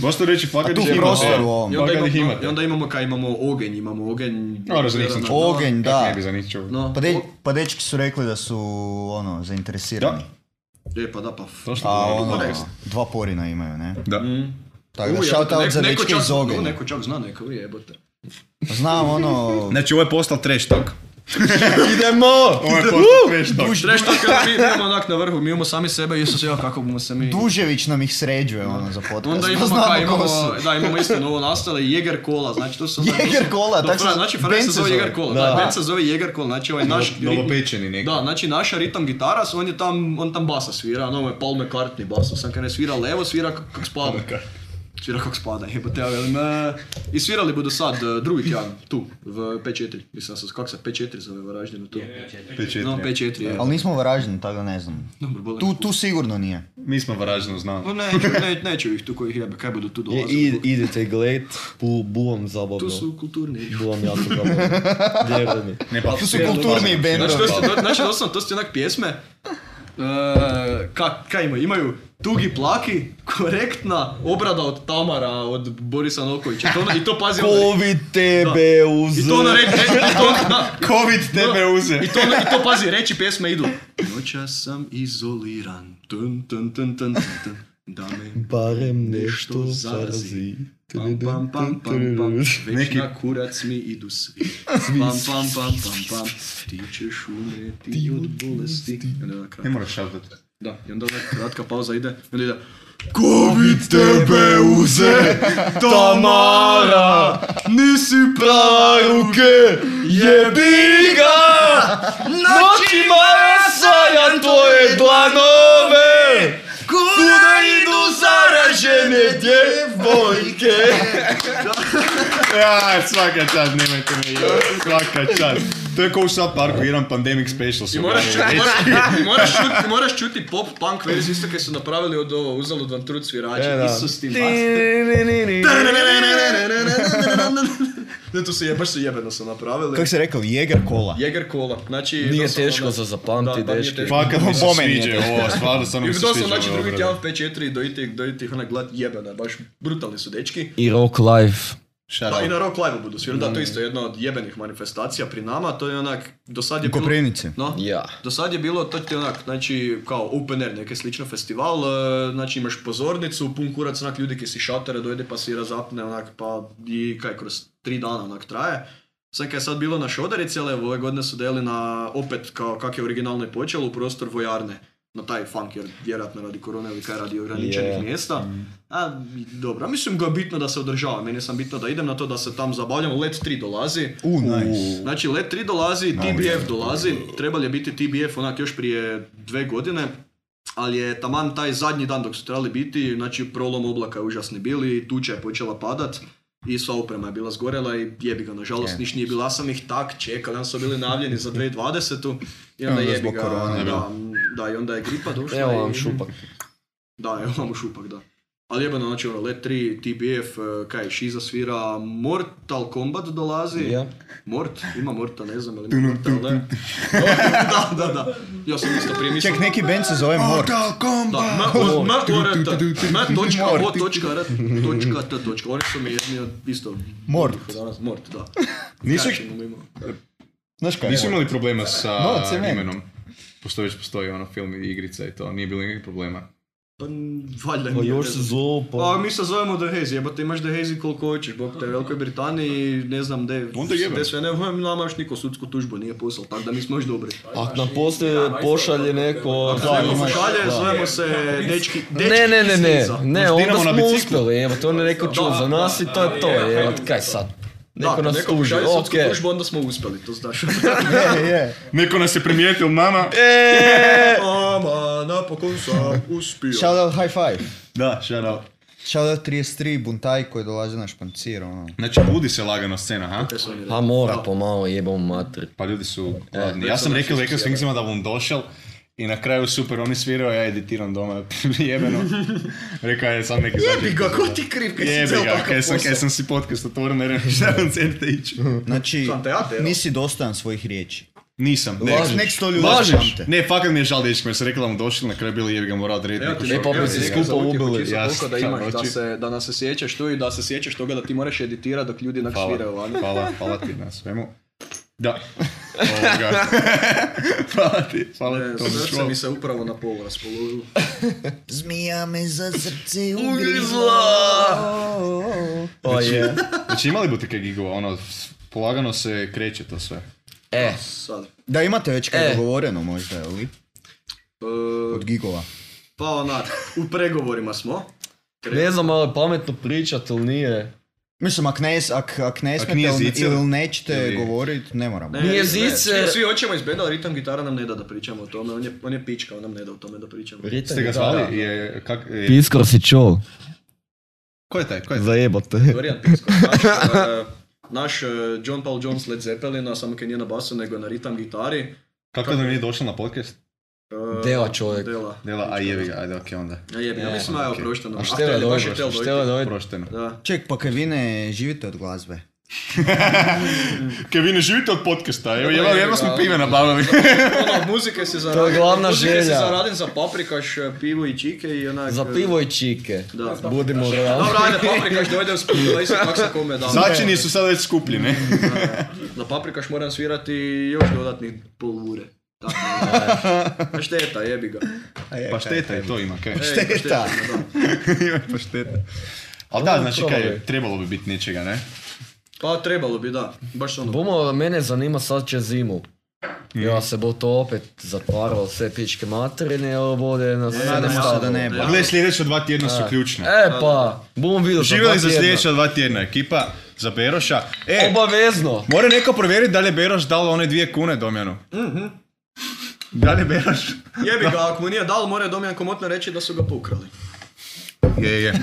Možete reći, fakat tu ih ima. Znači, prostor e. u ovom. I onda, Fakat ih imamo, imate. i onda imamo kaj imamo ogenj, imamo ogenj. Dobro, za njih sam čuo. Ogenj, Kak da. ne bi za njih čuo. No, Pa, de, o- pa dečki su rekli da su ono zainteresirani. Da. e, pa da, pa. f- To što A govorim. ono, Podcast. dva porina imaju, ne? Da. Mm. Tako da U, shout jebote, out neko- za neko dečke čak- iz u, ogenja. Neko čak zna, neko vi jebote. Znam [LAUGHS] ono, Znači, ovo je postal trash [LAUGHS] talk. Idemo! Ovo je postal trash talk. Treš to kad mi imamo onak na vrhu, mi imamo sami sebe i Isus, ja kako bomo se mi... Dužević nam ih sređuje ono za podcast. [LAUGHS] Onda imamo, Znamo kaj, ko imamo, su. da, imamo isto novo nastale, Jäger Cola, znači to su... onda- Jäger to su- Cola, to tak se- fra- Znači, Frank se band se zove zove. Jäger Cola, Da. da, band se zove Jäger Cola, znači ovaj naš... novopečeni neki. Da, znači naša ritam gitara, on je tam, on tam basa svira, ono je Paul McCartney basa, sam kad ne svira levo, svira k- kak spada. Svira kak spada, jebote, ja velim, e, I svirali budu sad e, drugi tjedan, tu, v 5-4, mislim, sa- kak se 5-4 zove Varaždinu tu. Peče, No, ne. 5-4, je. Ali nismo Varaždin, tako da ne znam. Dobro, boli. Tu, tu sigurno nije. Mi smo Varaždinu znali. Pa neću, ne, neću ih tu koji ih jebe, kaj budu tu dolazili. idite gled, bu, buvom zabavno. Tu su kulturni. Buvom jako zabavno. [LAUGHS] Vjeruj mi. Ne, pa Tu su sve kulturni odpadne. bendovi. Znači, to su, to- znači doslovno, to su ti onak pjesme, e, ka, kaj imaju, imaju tugi plaki, korektna obrada od Tamara, od Borisa Nokovića, To ono- i to pazi ono- Covid tebe uz... I to ono reći, i to, da, Covid tebe Da. uze. [LAUGHS] I to, ono- i to pazi, reći pjesme idu. Noća sam izoliran, tun, tun, tun, tun, tun, tun, da me Barem nešto zarazi. Pam, pam, pam, pam, pam. Već na kurac mi idu svi. Pam, pam, pam, pam, pam. Ti ćeš umreti od bolesti. I onda na Ne kraju. moraš šautati. Da, i onda ona kratka pauza ide. I onda ide. Covid tebe uze, Tamara, nisi prava ruke, Jebi ga! Noćima rasajan tvoje dlanove! Kuda idu zaražene djevojke? Ja, svaka čast, nemojte me jebati, svaka čast. To je kao u South Parku, jedan pandemic special se Moraš objavio. čuti, moraš, moraš čuti, moraš čuti pop punk verziju isto kaj su napravili od ovo uzalud vam trud svirači. Isus ti mater. Ne, tu se je, baš se jebeno su napravili. Kako si rekao, jeger kola. Jeger kola, znači... Nije doslovno teško ono- za zapamtiti, Da, da, nije dečki. teško. Fakat mi se Po meni je sviđa ovo, stvarno samo I mi Pa, se doslovno sviđa znači ove drugi obrade. tjedan 5-4 do itih, do itih onak glad jebena, ono, baš brutalni su dečki. I rock life. Shout Da, i out. na Rock Live budu svirali, da, to je isto jedna od jebenih manifestacija pri nama, to je onak, do sad je U bilo... Koprivnici. No, Ja. do sad je bilo, to ti je onak, znači, kao open air, neki slično festival, e, znači imaš pozornicu, pun kurac, onak, ljudi ki si šatere, dojde pa si razapne, onak, pa i kaj, kroz tri dana onak traje. Sve kaj je sad bilo na šoderici, ali evo, ove godine su deli na, opet, kao kak je originalno i počelo, u prostor vojarne na taj funk, jer vjerojatno radi korone ili kaj radi ograničenih Je. mjesta. A, dobro, a mislim ga je bitno da se održava, meni sam bitno da idem na to da se tam zabavljam, Let 3 dolazi. U, nice. Znači, Let 3 dolazi, TBF dolazi, trebali je biti TBF onak još prije dve godine, ali je taman taj zadnji dan dok su trebali biti, znači prolom oblaka je užasni bili, tuča je počela padat i sva oprema je bila zgorela i jebi ga, nažalost, niš nije bilo, ja sam ih tak čekal, ja su bili najavljeni [LAUGHS] za 2020. I onda, onda jebi zbog ga, korone, da, da, i onda je gripa došla. Evo vam i- šupak. da, evo vam šupak, da. Ali jebeno, znači ono, Let 3, TBF, eh, kaj, Shiza svira, Mortal Kombat dolazi. Ja. Mort, ima Morta, ne znam, ali ima Morta, ali ne. [LAUGHS] da, da, da. Ja sam isto prije mislio. Ček, neki band se zove Mort. Da, ma- o- ma- orata, ma točka, o točka, rat, točka, ta točka. Oni su mi jedni od isto... Mort. Danas, Mort, da. Nisu- Kažem, ono ima- Znaš kaj Nisu imali problema sa No, cement. imenom. Postoji, već postoji ono film i igrica i to, nije bilo nikakvih problema. Pa, valjda Pa nije još veze. se zovu, Pa pa... mi se zovemo The Haze, jebate imaš The Haze i koliko hoćeš, bok te Velikoj Britaniji, ne znam gdje, Onda jebem. gdje sve ne, znam, nama još niko sudsku tužbu nije poslal, tako da mi smo još dobri. Ak nam poslije pošalje neko... Da, imaš- ako šalje, Da. zovemo se dečki, dečki Ne, ne, ne, iz ne, Niza. ne, Možda onda idemo na smo biciklu? uspjeli, evo, to je neko čuo za nas i to je to, je, evo, hajde. kaj sad? Da, Neko nas neko tuži, šalje sudsku okej. tužbu, onda smo uspjeli, [LAUGHS] to znaš. [LAUGHS] Je, je. Neko nas je primijetio, mama! Ama, napokon sam uspio. Shout out high five. Da, shout out. Shout out 33, buntaj koji dolazi na špancir, ono. Znači, budi se lagano scena, ha? Kaj su oni rekli? Pa mora pomalo jebom mater. Pa ljudi su gladni. već Ja su sam naši rekao, rekao sjebe. Sphinxima da bom došel i na kraju super, oni svirao, ja editiram doma, [LAUGHS] jebeno. Rekao je sam neki Jebi ga, ko ti kriv, kaj si Jebi cel ga, takav kaj sam, posao. kaj sam si podcast otvorio, ne rem šta koncerte ići. Znači, Sam te ja te, evo. nisi dostojan svojih riječi. Nisam, ne. Nek- Nek sto ljudi Lažeš! pamte. Ne, fakat mi je žal dečko, jer sam rekao da mu došli, na kraju bili jebi ga morao odrediti Evo neku ti šoku. E, pa bi evo se ti neka skupa za utjehu, ubili, čisto ja toliko da sam imaš, da oči. se, da nas se sjećaš tu i da se sjećaš toga da ti moraš editirati dok ljudi onak sviraju Hvala, vani. hvala, hvala ti na svemu. [LAUGHS] Da. Ovoga. hvala ti, hvala ti. E, to mi je Srce čuo. mi se upravo na pol raspoložilo. Zmija me za srce Pa je. Znači imali bi kaj gigova, ono, polagano se kreće to sve. E, Sad. E, Da imate već kaj E. dogovoreno možda, jel vi? Od gigova. pa onak, u pregovorima smo. ne znam, ali pametno pričat ili nije. Mislim, ak ne, ak, ak ne smete nije ili- zicer, ili nećete ili- govorit, ne moramo. Nije ne, zice. Svi, svi hoćemo iz benda, ali ritam gitara nam ne da da pričamo o tome. On je, on je pička, on nam ne da o tome da pričamo. Ritam Ste ga je da. zvali? Je, kak, je, Piskor si čuo, ko je taj? Ko je taj? zajebote. Dorijan Piskor, naš, eh, naš eh, John Paul Jones Led Zeppelina, samo kaj nije na basu, nego na ritam gitari. Kako da nije došao na podcast? Eh, Dela čovjek. Dela. Dela, a jebi ga, ajde, okej onda. A jebi, ja E, mislim, evo, okej. prošteno. A štela je baš dojde, je tel štela je dojde. dojde. Prošteno. Da. Ček, pa kaj vi ne živite od glazbe. Kaj vi ne živite od podcasta, evo, jedva- jedva smo pive nabavili. Ono, od muzike se zaradim. To je glavna Muzike se želja. zaradim za paprikaš, eh, pivo i čike i onak... Za eh, pivo i čike. Da. Budimo realni. Dobro, ajde, paprikaš dojde u spudu, daj se kak se kome da. Začini su sad već skuplji, ne? Za paprikaš moram svirati još dodatnih pol ure. Tako, da. e, šteta, jebi ga. [LAUGHS] Pa šteta je to ima, kaj? Ej, Šteta. da. Pa šteta. Ali da, znači kaj, trebalo bi biti nečega, ne? Pa trebalo bi, da. Baš ono. Bomo, mene zanima sad će zimu. Mm. Ja se bo to opet zatvaralo sve pičke materine, ali bode nas sve Nadamo se da nastavilo. ne bi. Pa gledaj, sljedeća dva tjedna su ključna. E pa, bom videl za Živjeli dva za tjedna. sljedeća dva tjedna ekipa, za Beroša. E, Obavezno. mora neko provjeriti da li je Beroš dao one dvije kune Domjanu. Da li je Beroš? Jebi ga, ako mu nije dal, mora Domjan komotno reći da su ga pokrali. Je, je.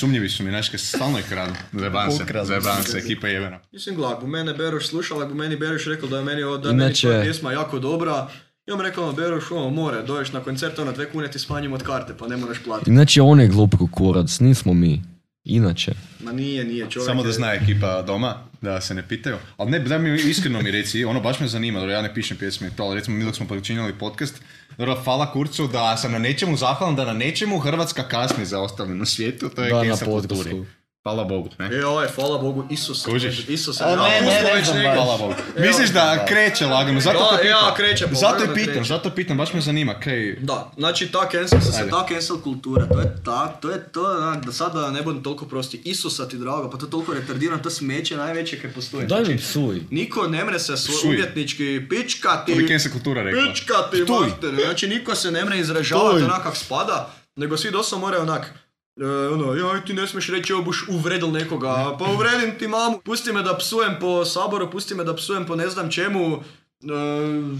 Sumnjivi su mi, znaš, kaj stalno je kradu. Zajebam se, Ukrali. zajebam se, ekipa je jebena. Mislim, gle, ako mene Beroš slušala, ako meni Beroš rekao da je meni, od- da je Inače- meni tvoja pjesma jako dobra, ja mu rekao, ono, Beroš, ono, more, doješ na koncert, ono, dve kune ti smanjimo od karte, pa ne moraš platiti. Inače, on je glup kurac, nismo mi. Inače. Ma nije, nije čovjek. Samo da je- zna ekipa doma, da se ne pitaju. Ali ne, daj mi iskreno mi reci, ono baš me zanima, dobro, ja ne pišem pjesme i to, ali recimo mi dok smo počinjali podcast, dobro, hvala Kurcu da sam na nečemu zahvalan, da na nečemu Hrvatska kasni za ostavljeno svijetu, to je Da, na Kesa podcastu. kulturi. Hvala Bogu, ne? E, ovaj, hvala Bogu, Isuse. Kužiš? Isuse. A da, ne, pustimo ne, ne već znam negdje. Hvala Bogu. Misliš da kreće lagano, zato Da, te ja, pitam. kreće, pa Zato lagano i pitam, kreće. zato pitam, baš me zanima, kaj... Da, znači ta cancel se, Ajde. ta cancel kultura, to je ta, to je to, onak, da sad da ne budem toliko prosti, Isusa ti drago, pa to je toliko retardirano, to je smeće najveće kaj postoji. Znači, Daj mi psuj. Niko ne mre se svoj Psuj. umjetnički pičkati, To bi cancel kultura rekla. pičkati Ptuj. mater, znači niko se ne mre izražavati Ptuj. onak kak spada, nego svi doslovno moraju onak, e, ono, joj ti ne smiješ reći evo buš uvredil nekoga, pa uvredim ti mamu, pusti me da psujem po saboru, pusti me da psujem po ne znam čemu, e,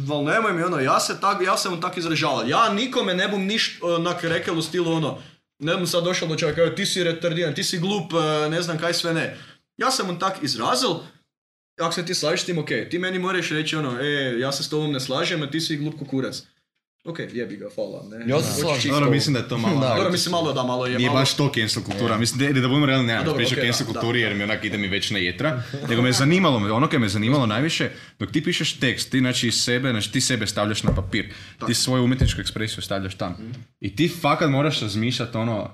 val nemoj mi ono, ja se tak, ja sam tak izražaval, ja nikome ne bom niš onak rekel u stilu ono, ne bom sad došao do čovjeka, "Evo, ti si retardiran, ti si glup, e, ne znam kaj sve ne. Ja sam on tak izrazil, ako se ti slažeš s tim, ok, ti meni moraš reći ono, e, ja se s tobom ne slažem, a ti si glup kukurac. Ok, jebi ga, hvala, ne. Ja se Hoćeš slažem. čisto- Dobro, mislim da je to malo... Dobro, mislim malo da, malo je Nije malo. baš to cancel kultura, mislim da, da budemo realni, nemam dobro, priča okej, cancel da, da. kulturi jer mi onak ide mi već na jetra, nego me zanimalo, me- ono koje me zanimalo najviše, dok ti pišeš tekst, ti znači iz sebe, znači ti sebe stavljaš na papir, ti svoju umjetničku ekspresiju stavljaš tam. Mhm. I ti fakat moraš razmišljati ono,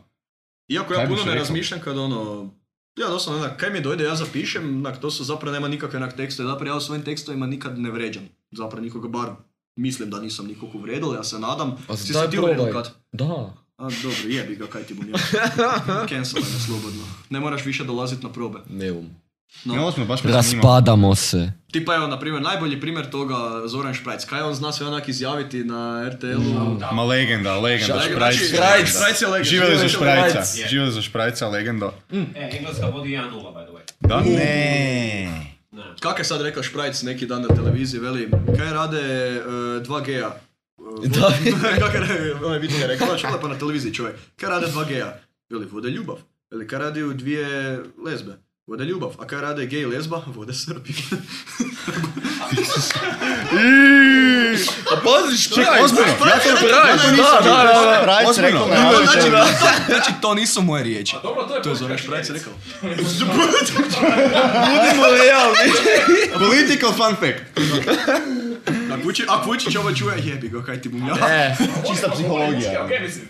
Iako Kaj ja bi puno se ne reklo? razmišljam kad ono, ja doslovno onak, kaj mi dojde, ja zapišem, onak, to su zapravo nema nikakve onak tekstove, zapravo ja u svojim tekstovima nikad ne vređam. Zapravo nikoga bar mislim da nisam nikog uvredil, ja se nadam. A si daj se ti probaj. uvredil kad? Da. A dobro, jebi ga, kaj ti bom ja. Cancel me slobodno. Ne moraš više dolazit na probe. Ne um. ne ozbiljno, baš me zanima. Raspadamo se. Tipa evo, na primjer, najbolji primjer toga Zoran Šprajc. Kaj on zna sve onak izjaviti na RTL-u? Ma legenda, legenda, Znači, šprajc. Šprajc, Šprajc je legend. Živjeli za Živjeli šprajca, šprajc. živjeli za šprajca, legenda. E, Engleska vodi 1-0, by the way. Da? Ne. Kak je sad rekao Šprajc neki dan na televiziji, veli, kaj rade e, 2G-a? E, Da. vod- [LAUGHS] Kak je rekao, onaj vidim je rekao, znači lepo na televiziji čovjek, kaj rade 2G-a? Veli, vode ljubav. Veli, kaj rade dvije lezbe? Vode ljubav. A kaj rade gej i lezba? [LAUGHS] Vode [LAUGHS] Srbi. A pazi što Čekaj, ozbiljno, ja [LAUGHS] to Šprajc, da, da, da, da. Šprajc Ozbiljno? rekao na Znači, Alžeru. znači, to nisu moje riječi. A dobro, to je To je Zoran podcast, Šprajc rekao. [LAUGHS] Budimo realni. Political fun fact. Ako Vučić- Ako Vučić ovo čuje, jebi ga, kaj ti bum ja. E, Čista psihologija. Okej, mislim.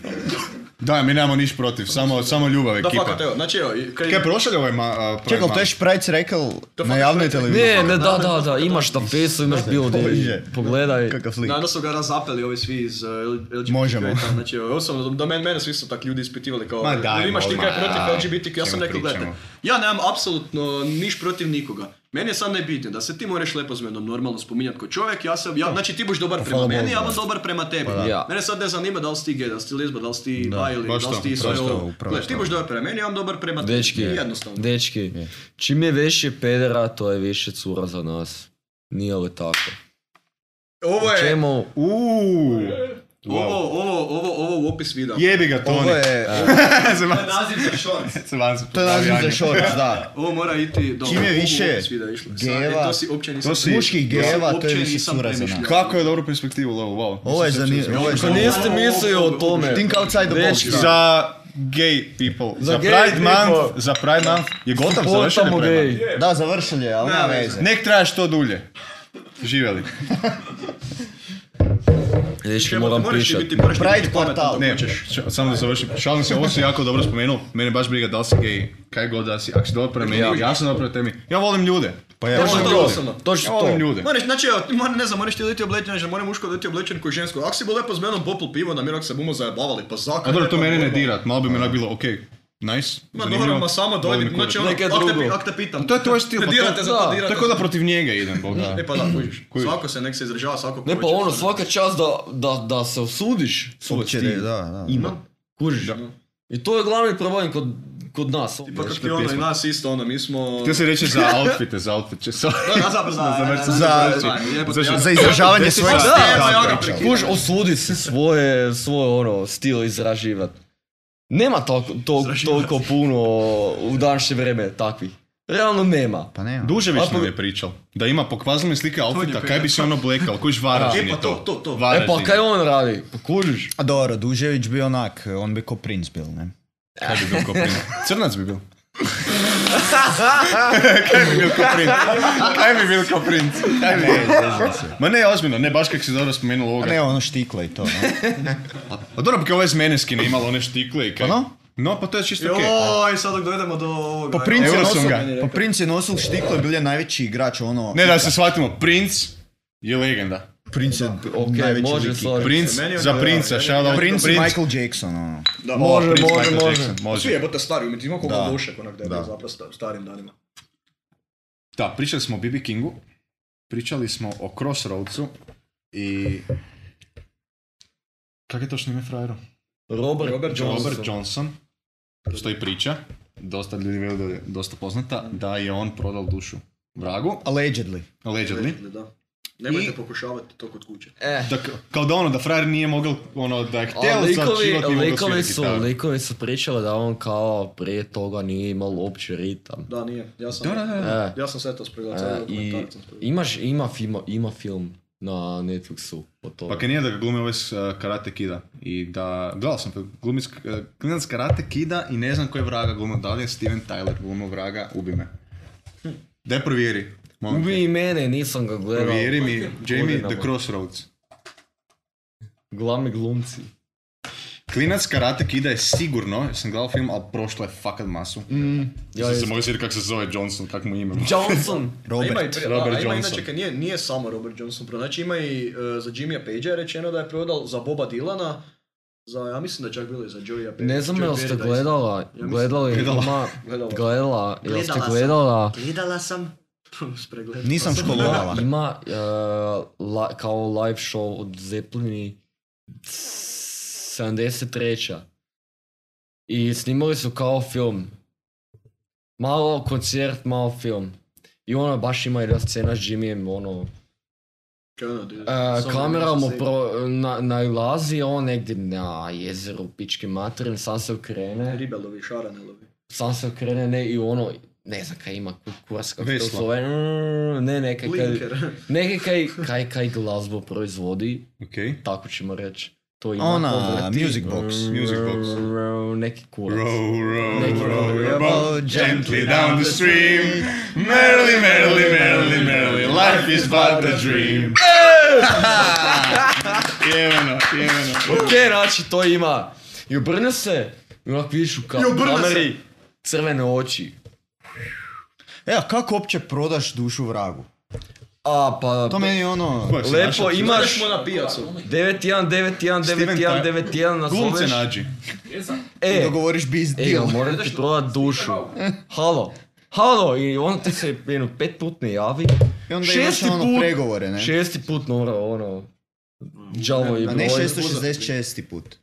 Da, mi nemamo niš protiv, samo, samo ljubav Da, ekipa. fakat, evo, znači evo, i- kaj... Kaj prošalj ovaj ma, a, Čekaj, ali to je proizvod? Šprajc rekao na javnoj televiziji. ne, ne, da, da, da, imaš na fesu, imaš bilo gdje. Bože. Pogledaj. Kakav lik. Nadam su ga razapeli ovi svi iz uh, LGBTQ. Možemo. Znači, osobno, da men, mene svi su tak ljudi ispitivali kao, Ma "Jel daj, imaš ti molim, kaj ma, protiv daj, LGBTQ, ja sam čemu rekao, gledajte, pričamo? ja nemam apsolutno niš protiv nikoga. Meni je sad najbitnije da se ti moraš lepo s menom normalno spominjati ko čovjek, ja sam, ja, znači ti budeš dobar prema Pa hvala meni, Bogu, ja da. bom dobar prema tebi. Ja. Mene sad ne zanima da li si ti gay, da li si ti lizba, da li si ti bi ili da baš li si to, ti sve upravo to, ovo. upravo Gle, ti to. budeš dobar prema meni, ja bom dobar prema tebi. Dečki, Jednostavno. dečki, čim je više pedera, to je više cura za nas. Nije li tako? Ovo O je, čemu? Uuu. ovo, ovo, ovo, ovo u opis videa. Jebi ga, Toni. Ovo je, To je naziv za shorts. E, to je naziv za shorts, da. Ovo mora iti do... Čim je ovo u više opis videa išlo. Sad, gejeva, e, to si uopće nisam to si- Muških geva, to je uopće više nisam cura za nas. premišljao. Kako je dobru perspektivu lovu, wow. Ovo je zanimljivo. Ovo je Pa zanimljivo. niste mislili o tome. Think outside the box. Dečki, da. Za gay people. Za, gay Pride Month, people. za Pride Month je gotov, završen je Potamo prema. gej. Da, završen je, ali nema veze. Nek traje što dulje. Živjeli. Dečki, Jebote, moram moraš ti pišat. biti- moraš ti Pride biti pametan kvartal. dok Ne, hoćeš. š- samo da završim. Šalim se, ovo si jako dobro spomenuo. Mene baš briga da li si gay, kaj god da si. Ako si dobro prema meni, ja sam dobro prema temi. Ja volim ljude. Pa ja. Točno volim to, ljude. doslovno. Ja Točno to. volim ljude. Moraš, znači, evo, ti mora- ne znam, moraš ti odjeti oblečen, znači, mora muško odjeti oblečen koji žensko. Ako si bo lepo s menom popil pivo, na mirak se bumo zajebavali, pa zakaj? A dobro, to ne, pa mene ne normalno. dirat. Malo bi mi onak bilo, okej, nice, Ma dobro, zanimljivo, ma samo volim dojdi, kurac. znači ono, Nekaj ak te, pi- drugo. ak te pitam. To je tvoj stil, Ne pa to- dirate za to, da, dirate Tako da za- protiv njega idem, bog da. [LAUGHS] E pa da, kužiš. Kužiš. Svako se nek se izražava, svako ko Ne pa hoće. ono, svaka čast da, da, da se osudiš svoj Uopće ne, stil. da, da. Ima. Kužiš. I to je glavni problem kod, kod nas. Pa kak što ti je ono, i pjesma. nas isto, ono, mi smo... Htio si reći za outfite, za outfit će se... Da, da, [LAUGHS] za- za- za- jebote, za- ja- Za izražavanje svojeg Znači, Da, evo, ja stila. ga prekidam. Kuž, osudi se svoje, svoje ono, stil izraživat. Nema toliko, to, Izraživat. toliko puno u današnje vrijeme takvih. Realno nema. Pa nema. Dužević A, pa- nam je pričal da ima pokvazljene slike outfita, pe- kaj bi se ono blekao, kojiš Varaždin E, je pa to, to, to. Varaždin. E pa kaj on radi? Pa kužiš. A dobro, Dužević bi onak, on bi ko princ bil, ne? [LAUGHS] Kaj bi bil ko prije? Crnac bi bil. Kaj bi bil ko princ? Kaj bi bil ko princ? Kaj bi bil? Ma ne, ozbiljno, ne, baš kako si dobro spomenuo A ovoga. Ne, ono štikla i to, ne? [LAUGHS] A dobro, pa kao ovaj Smeneski ne imalo one štikle i kaj. Ono? No, pa to je čisto okej. Joj, sad dok dovedemo do ovoga. Pa princ je Euro nosil, sam ga. pa princ je nosil štiklo i bil je najveći igrač, ono... Ne, da se shvatimo, princ je legenda. Princ je Ok, najveći može lik. složiti. Princ Meni je za ono- princa, da, shout out Princ princ. i Michael Jackson, ono. Da, O, može, princ može, Michael može. Jackson, Svi Može. jebote stari umjetnici, ima koliko Da. dušek onak da je Da. bio zapravo sta- starim danima. Da, pričali smo o BB Kingu, pričali smo o Crossroadsu i... Kak je točno ime frajeru? Robert, Robert Johnson. Robert Johnson. Postoji priča, dosta ljudi veli da je dosta poznata, da je on prodal dušu vragu, Allegedly. allegedly. Da. Nemojte pokušavati to kod kuće. Eh, Da, k- kao da ono, da frajer nije mogel, ono, da je a htjel za likovi, život nije mogel likovi svirati su, gitaru. likovi su pričali da on kao prije toga nije imao uopće ritam. Da, nije. Ja sam, Da, da, da, da. E, Ja sam sve to spregledao, e, cijeli i dokumentarac sam spregledao. imaš, ima film, ima film na Netflixu o tome. Pa kaj nije da ga glumi ovaj s uh, Karate Kida. I da, gledao sam, glumi s- uh, klinac Karate Kida i ne znam koji je vraga glumio, da li je Steven Tyler glumio vraga, ubi me. Daj provjeri. molim te. Ubi i mene, nisam ga gledao. Provjeri mi, Jamie, Godinama. The Crossroads. Glavni glumci. Klinac Karate Kida je sigurno, jer sam gledao film, ali prošlo je fakat masu. Mm, Ja, Sad se jes- mogu sjetiti kako se zove Johnson, kako mu je ime. Johnson! A Ima i Robert. prije- Robert a, a ima Johnson. inače, kad nije, nije samo Robert Johnson prodao, znači ima i e, za Jimmya Pagea je rečeno da je prodal za Boba Dylana, za, ja mislim da je čak bilo i za Joeya Page. Ne znam jel ste gledala, mislim- gledali, Gledala. ima, Gledala. gledala, jel ste Gledala sam. gledala, Gledala sam. [LAUGHS] Spregledala Nisam sam. školovala. ima e, la- kao live show od Zeppelini 73. I snimali su kao film. Malo koncert, malo film. I ono baš ima jedna scena s Jimmyem, ono, Kaj ono, dude, E, samo kamera nešto mu se- pro, na, nailazi, on negdje na jezeru pičke materin, sam se okrene, Ribelovi, Šaranelovi. sam se okrene, ne, i ono, ne znam kaj ima, ku- kurac kako se to Vesla. zove, mm, ne, E, nekaj kaj, [LAUGHS] Linker. nekaj kaj, kaj, kaj glazbo proizvodi, Okej. tako ćemo reći. To ima Ona, to vrti. music box. Music box. Neki kurac. Row, row, Neki row your boat boat gently down the stream. Merrily, merrily, merrily, merrily, life is but a [LAUGHS] dream. Jeveno, jeveno. Ok, znači to ima. I obrne se, i onak vidiš u ka- I obrne se. kameri crvene oči. E, a kako uopće prodaš dušu vragu? A pa... To meni je ono... Ko je se našao? Lepo Imaš imaš mu na pijacu. 9-1, 9-1, Steven 9-1, Tyler. 9-1 Glumce nazoveš. nađi. I E, dogovoriš biz e, deal. moram ti prodat dušu. Halo, halo, i on ti se jedno, pet put ne javi. I onda imaš Šesti ono put, pregovore, ne? šesti put mora ono... Džavo i A broj. ne 666 put.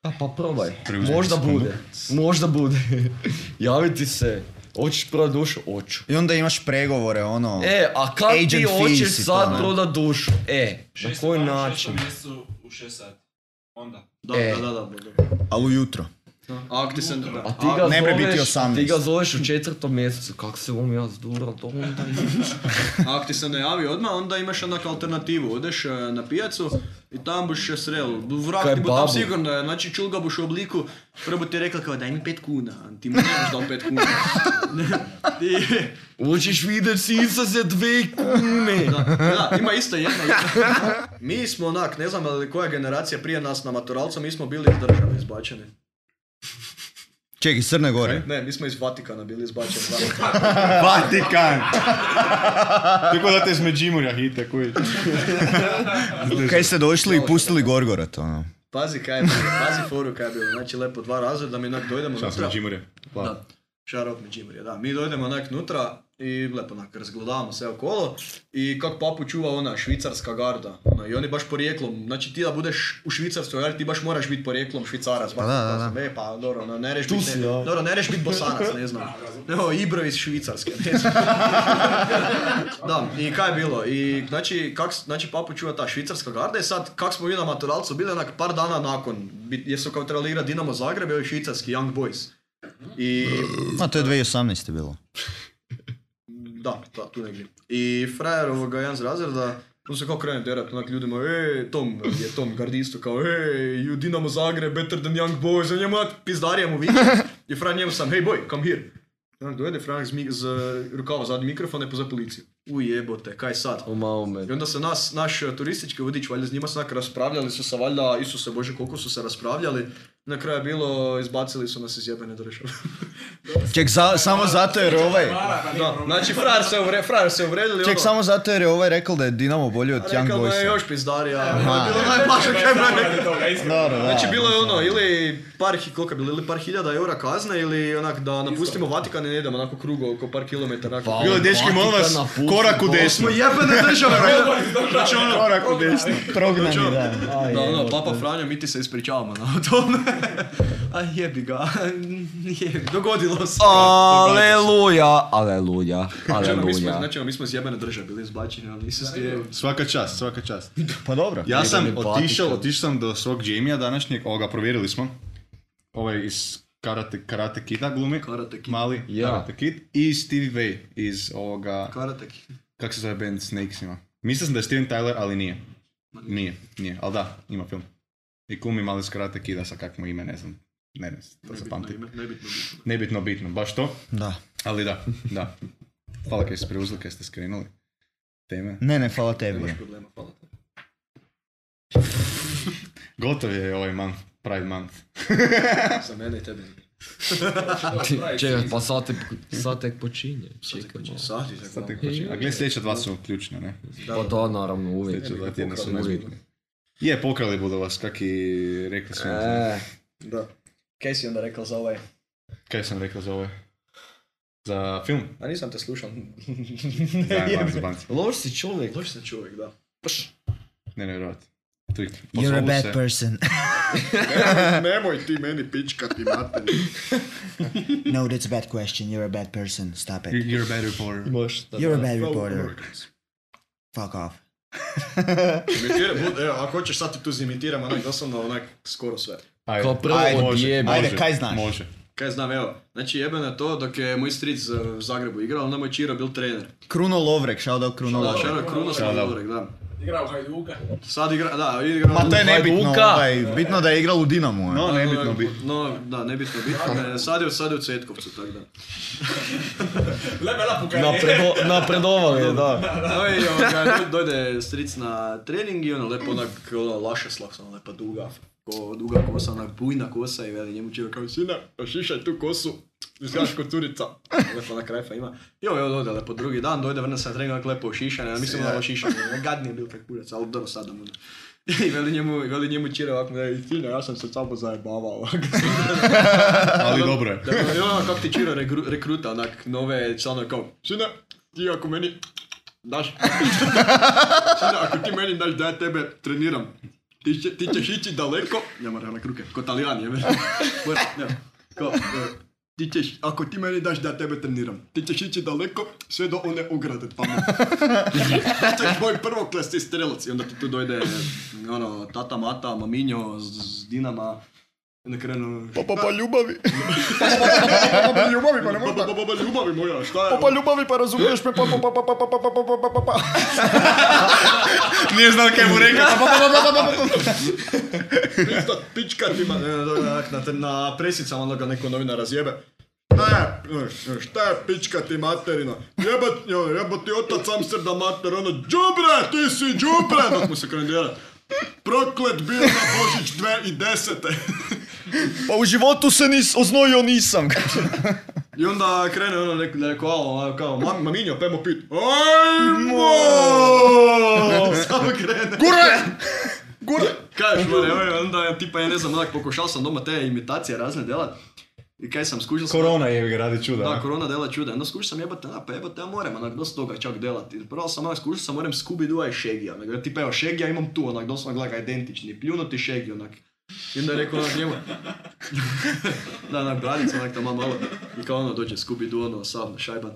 Pa, pa probaj, Preuzmi možda sekundu. bude, možda bude. [LAUGHS] Javi ti se, hoćeš prodat dušu, hoću. I onda imaš pregovore, ono... E, a kak ti Agent hoćeš fees i to, ne? sad prodat dušu? E, na Šesti koji dan u način? šestom mjesecu u 6 sati. Onda. Da, E. da, da, da. da. Ali ujutro. A Ak ti se... da. A ti ga ne bi zoveš, biti 18. Ti ga zoveš u četvrtom mjesecu, kak se vam ja zdura to onda A ako ti se ne javi odmah, onda imaš onak alternativu. Odeš e, na pijacu i tam buš je srel. Vrak Kaj ti bu tam babu? sigurno, je, znači čul ga buš u obliku. Prvo bi ti rekla kao daj mi pet kuna, a ti mu ne možeš dao [LAUGHS] pet kuna. I, Hoćeš vidjet sisa za dve kune. da, da, ima isto jedna. jedna. [LAUGHS] Mi smo onak, ne znam je li koja generacija prije nas na maturalcu, mi smo bili iz države izbačeni. Čekaj, iz Crne Gore. Ne, mi smo iz Vatikana bili izbačeni. Da. Vatikan! Tako da te iz Međimurja hite, koji... Kaj ste došli i pustili Gorgorat, ono. Pazi kaj je bilo, pazi foru kaj je bilo. Znači lepo dva razreda, mi onak dojdemo Šta sam unutra. Međimurje? Da, Šarot Međimurje, da. Mi dojdemo onak nutra i lepo onak razgledavamo se okolo i kak papu čuva ona švicarska garda. Ona, I oni baš porijeklom, znači ti da budeš u švicarskoj gardi ti baš moraš biti porijeklom švicarac. Pa da, da, da. E, pa dobro, ono, ne reš Tu biti si, ne, ja. dobro, ne reš biti bosanac, ne znam. Evo, Ibro iz švicarske, ne znam. Da, i kaj je bilo? I znači, kak, s- znači papu čuva ta švicarska garda i sad kak smo mi na maturalcu bili onak par dana nakon, bi- jer su kao trebali igrati Dinamo Zagreb i ovi švicarski Young Boys. I Ma, to je 2018. bilo. da, da, tu negdje. I frajer ovoga, jedan z razreda, on se kao krene terat, onak ljudima, e, Tom, je Tom gardistu, kao, e, you Dinamo Zagreb, better than Young Boys, a njemu onak pizdarija mu viče. je Fran njemu sam, hej boj, come here. I onak dojede Franak z, mi- z eh, rukava zadnji mikrofon i pozove policiju. Ujebote, kaj sad? Omao me. I onda se nas, naš eh, turistički vodič, valjda s njima se onak raspravljali su se, valjda, Isuse Bože, koliko su se raspravljali. Na kraju je bilo, izbacili su nas iz jebene države. Ček, za- samo zato jer ovaj... [LAUGHS] da, znači, frar se, uvre, frar se uvredili. Ček, ono. samo zato jer je ovaj rekao da je Dinamo bolji od Young Rekao je Boysa. još pizdarija. Ono je bilo najbaša kaj mu je rekao. Dobro, da. Znači bilo je ono, ili par, hi- koliko je bilo, ili par hiljada eura kazne, ili onak da napustimo Vatikan i ne idemo onako krugo oko par kilometara. onako. Pa, Bilo je, dečki, molim vas, Vatikana, pusti, korak u boss. desno. Smo jebene [LAUGHS] države, brate. Znači ono, Korak u desno. Prognani, Znači, da. da, ono, Papa Franjo, mi ti se ispričavamo na tome. [LAUGHS] A jebi ga, [LAUGHS] jebi, dogodilo se. Aleluja, aleluja, Znači, mi smo, aleluja. znači, ono, mi smo iz jebene države bili izbačeni, ali nisu svi... Svaka čast, svaka čast. Pa dobro. Ja sam Jedan je otišao, platišan. otišao sam do svog Jamie-a današnjeg, ovoga provjerili smo. Ovaj iz Karate, karate Kida glumi. Karate Kid. Mali Ja. Karate Kid. I Stevie Way iz ovoga, Karatek. kak se zove band Snakesima. Mislio sam da je Steven Tyler, ali nije. Nije, nije, ali da, ima film. I kumi mali iz Karate Kida sa kakvim ime, ne znam. Ne, ne, to se Nebitno pamti. ime, nebitno bitno. Nebitno, bitno, baš to. Da. Ali da, da. Hvala kaj ste preuzeli, kaj ste skrenuli. Teme. Ne, ne, hvala tebi. Nemaš problema, hvala. Gotov je ovaj month, Pride month. Za mene i tebe. znači, Ti- Čekaj, pa sad tek, sad tek počinje. Čekaj malo. Sati, tako. Sad tek počinje. A gledaj, sljedeća dva su ključna, ne? Pa da, naravno, uvijek. E. Sljedeća dva tjedna su Uvijek. najbitnija. Je, pokrali budu vas, kak i rekli smo. E, Da. Kaj si onda rekao za ovaj? Kaj sam rekao za ovaj? Za [LAUGHS] film? A nisam te [LAUGHS] slušao. Za banci, banci. loš si čovjek. Loš sam čovjek, da. Ne, ne, vjerovat. Trik. You're a Pozovu bad se- person. [LAUGHS] Nemoj ti meni pičkati, mate. No, that's a bad question. You're a bad person. Stop it. You're a bad reporter. Možeš da. You're a bad reporter. Fuck off. Imitira, bud, evo, ako hoćeš sad ti tu zimitiram, onak doslovno onak skoro sve. Ajde. Kao prvo Ajde, odjebi. ajde. Može, kaj znaš? [LAUGHS] Može. Kaj znam, evo, znači jebeno je to dok je moj stric eh, u Zagrebu igrao, onda moj Čiro bil trener. Kruno Lovrek, shout out Kruno Da, Lovrek. Šaro Kruno sam Ludorek, da. Igrao Hajduka. Sad igra, da, igrao... Ma to je nebitno, Hajduka. ovaj, bitno da je igral u Dinamu. No, eh. nebitno bi. No, da, nebitno bitno. ne, Sad je, sad je u Cetkovcu, tako da. Lebela puka je. Napredo, napredovali, je, da. No i ovoga, do- dojde stric na trening i ono lepo onak, ono, laše slav sam, lepa duga, ko, duga kosa, onak bujna kosa i veli njemu čeva kao, sina, šišaj tu kosu, izgledaš ko curica. Ono, Lepo onak rajfa ima. I ovo je ono, dojde lepo drugi dan, dojde vrne se na trening, onak lepo ošišan, ja mislim ono, da je ošišan, gadni je bil kaj kurac, ali dobro sad da mu ne. [LAUGHS] I veli njemu, veli njemu čira ovako, veli, sina, ja sam se samo zajebavao. ovako. [LAUGHS] Ali dobro je. Da, I ono kako ti čiro regru- rekruta, onak nove članove kao, sine, ti ako meni daš, [LAUGHS] sine, ako ti meni daš da ja tebe treniram, ti, će, ti ćeš ići daleko, ja moram onak ruke, ko talijani, [LAUGHS] je već, ne, kao, e, ti ćeš, ako ti meni daš da ja tebe treniram, ti ćeš ići daleko, sve do one ograde [LAUGHS] tamo. Ti ćeš moj prvoklasni strelac i onda ti tu dojde, ono, tata, mata, maminjo, s, s dinama, i onda krenu, Pa pa ljubavi. pa ne mogu pa, pa, pa, ljubavi moja, šta je? ljubavi pa razumiješ me pa pa pa pa pa pa pa pa pa pa pa. Nije znao kaj mu [LAUGHS] rekao. Pista pička ti ma... e, Na, te- na presicama onda ga neko novina razjebe. Ne, ne, E, šta je pička ti materina? Jebat, jebat ti otac Amsterdam mater, ono, džubre, ti si džubre! Dok mu se kandidira. Proklet bio na Božić 2010. Pa u životu se nis oznojio nisam. I onda krene ono neko, neko alo, ono, kao, mam, maminjo, pemo pit. Ajmo! [LAUGHS] Samo krene. Gure! Gure! Kažeš, mora, evo, onda ja tipa, ja ne znam, onak, pokušao sam doma te imitacije razne delat. I kaj sam, skužio sam... Korona je ga radi čuda. Da, Da, korona dela čuda. Onda skušao sam jebate, a pa jebate, ja moram onak dosta toga čak delati. Prvo sam onak skušao sam, moram Scooby Doo i Shaggy. Onak, ja tipa evo Shaggy, ja imam tu onak, doslovno gleda ga identični, pljunuti Shaggy onak. I onda je rekao onak njemu, [LAUGHS] da, onak bradica, onak tamo malo. I kao ono, dođe Scooby Doo, ono, sav na šajban.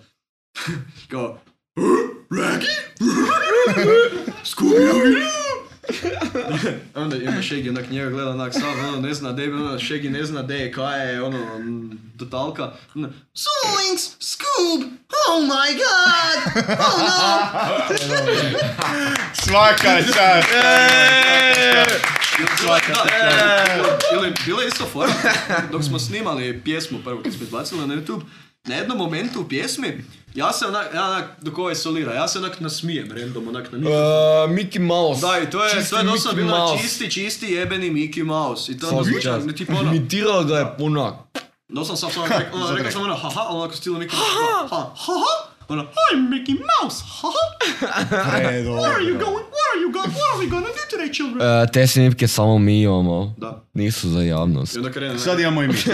[LAUGHS] kao, [LAUGHS] Raggy? Scooby Doo? onda, i onda me Šegi onak njega gleda onak sam, ono ne zna de, ono, Šegi ne zna de, kaj je, ono, m, totalka. Ono, Solinks, Scoob, oh my god, oh no! Svaka je [LAUGHS] čast! Bila, da, ili, bila je isto fora, dok smo snimali pjesmu prvo kad smo izbacili na YouTube, na jednom momentu u pjesmi, ja se onak, ja onak, dok ovaj solira, ja se onak nasmijem random, onak na mikrofon. Uh, Mickey Mouse. Da, i to je, Čisti to je doslovno Mickey bilo Mouse. čisti, čisti jebeni Mickey Mouse. I to onda Svaka zvuča, čast. ne tipa ono, Imitirao ga je onak. doslovno sam samo rekao, ono, rekao sam ono, haha, ono ako stilo Mickey Mouse, ha, ha, ha, ono, I'm Mickey Mouse, ha, ha, Predobro. where are you going, where are you going, what are we gonna do today, children? E, te snimke samo mi imamo. Da. Nisu za javnost. I onda krene, Sad imamo i mi. i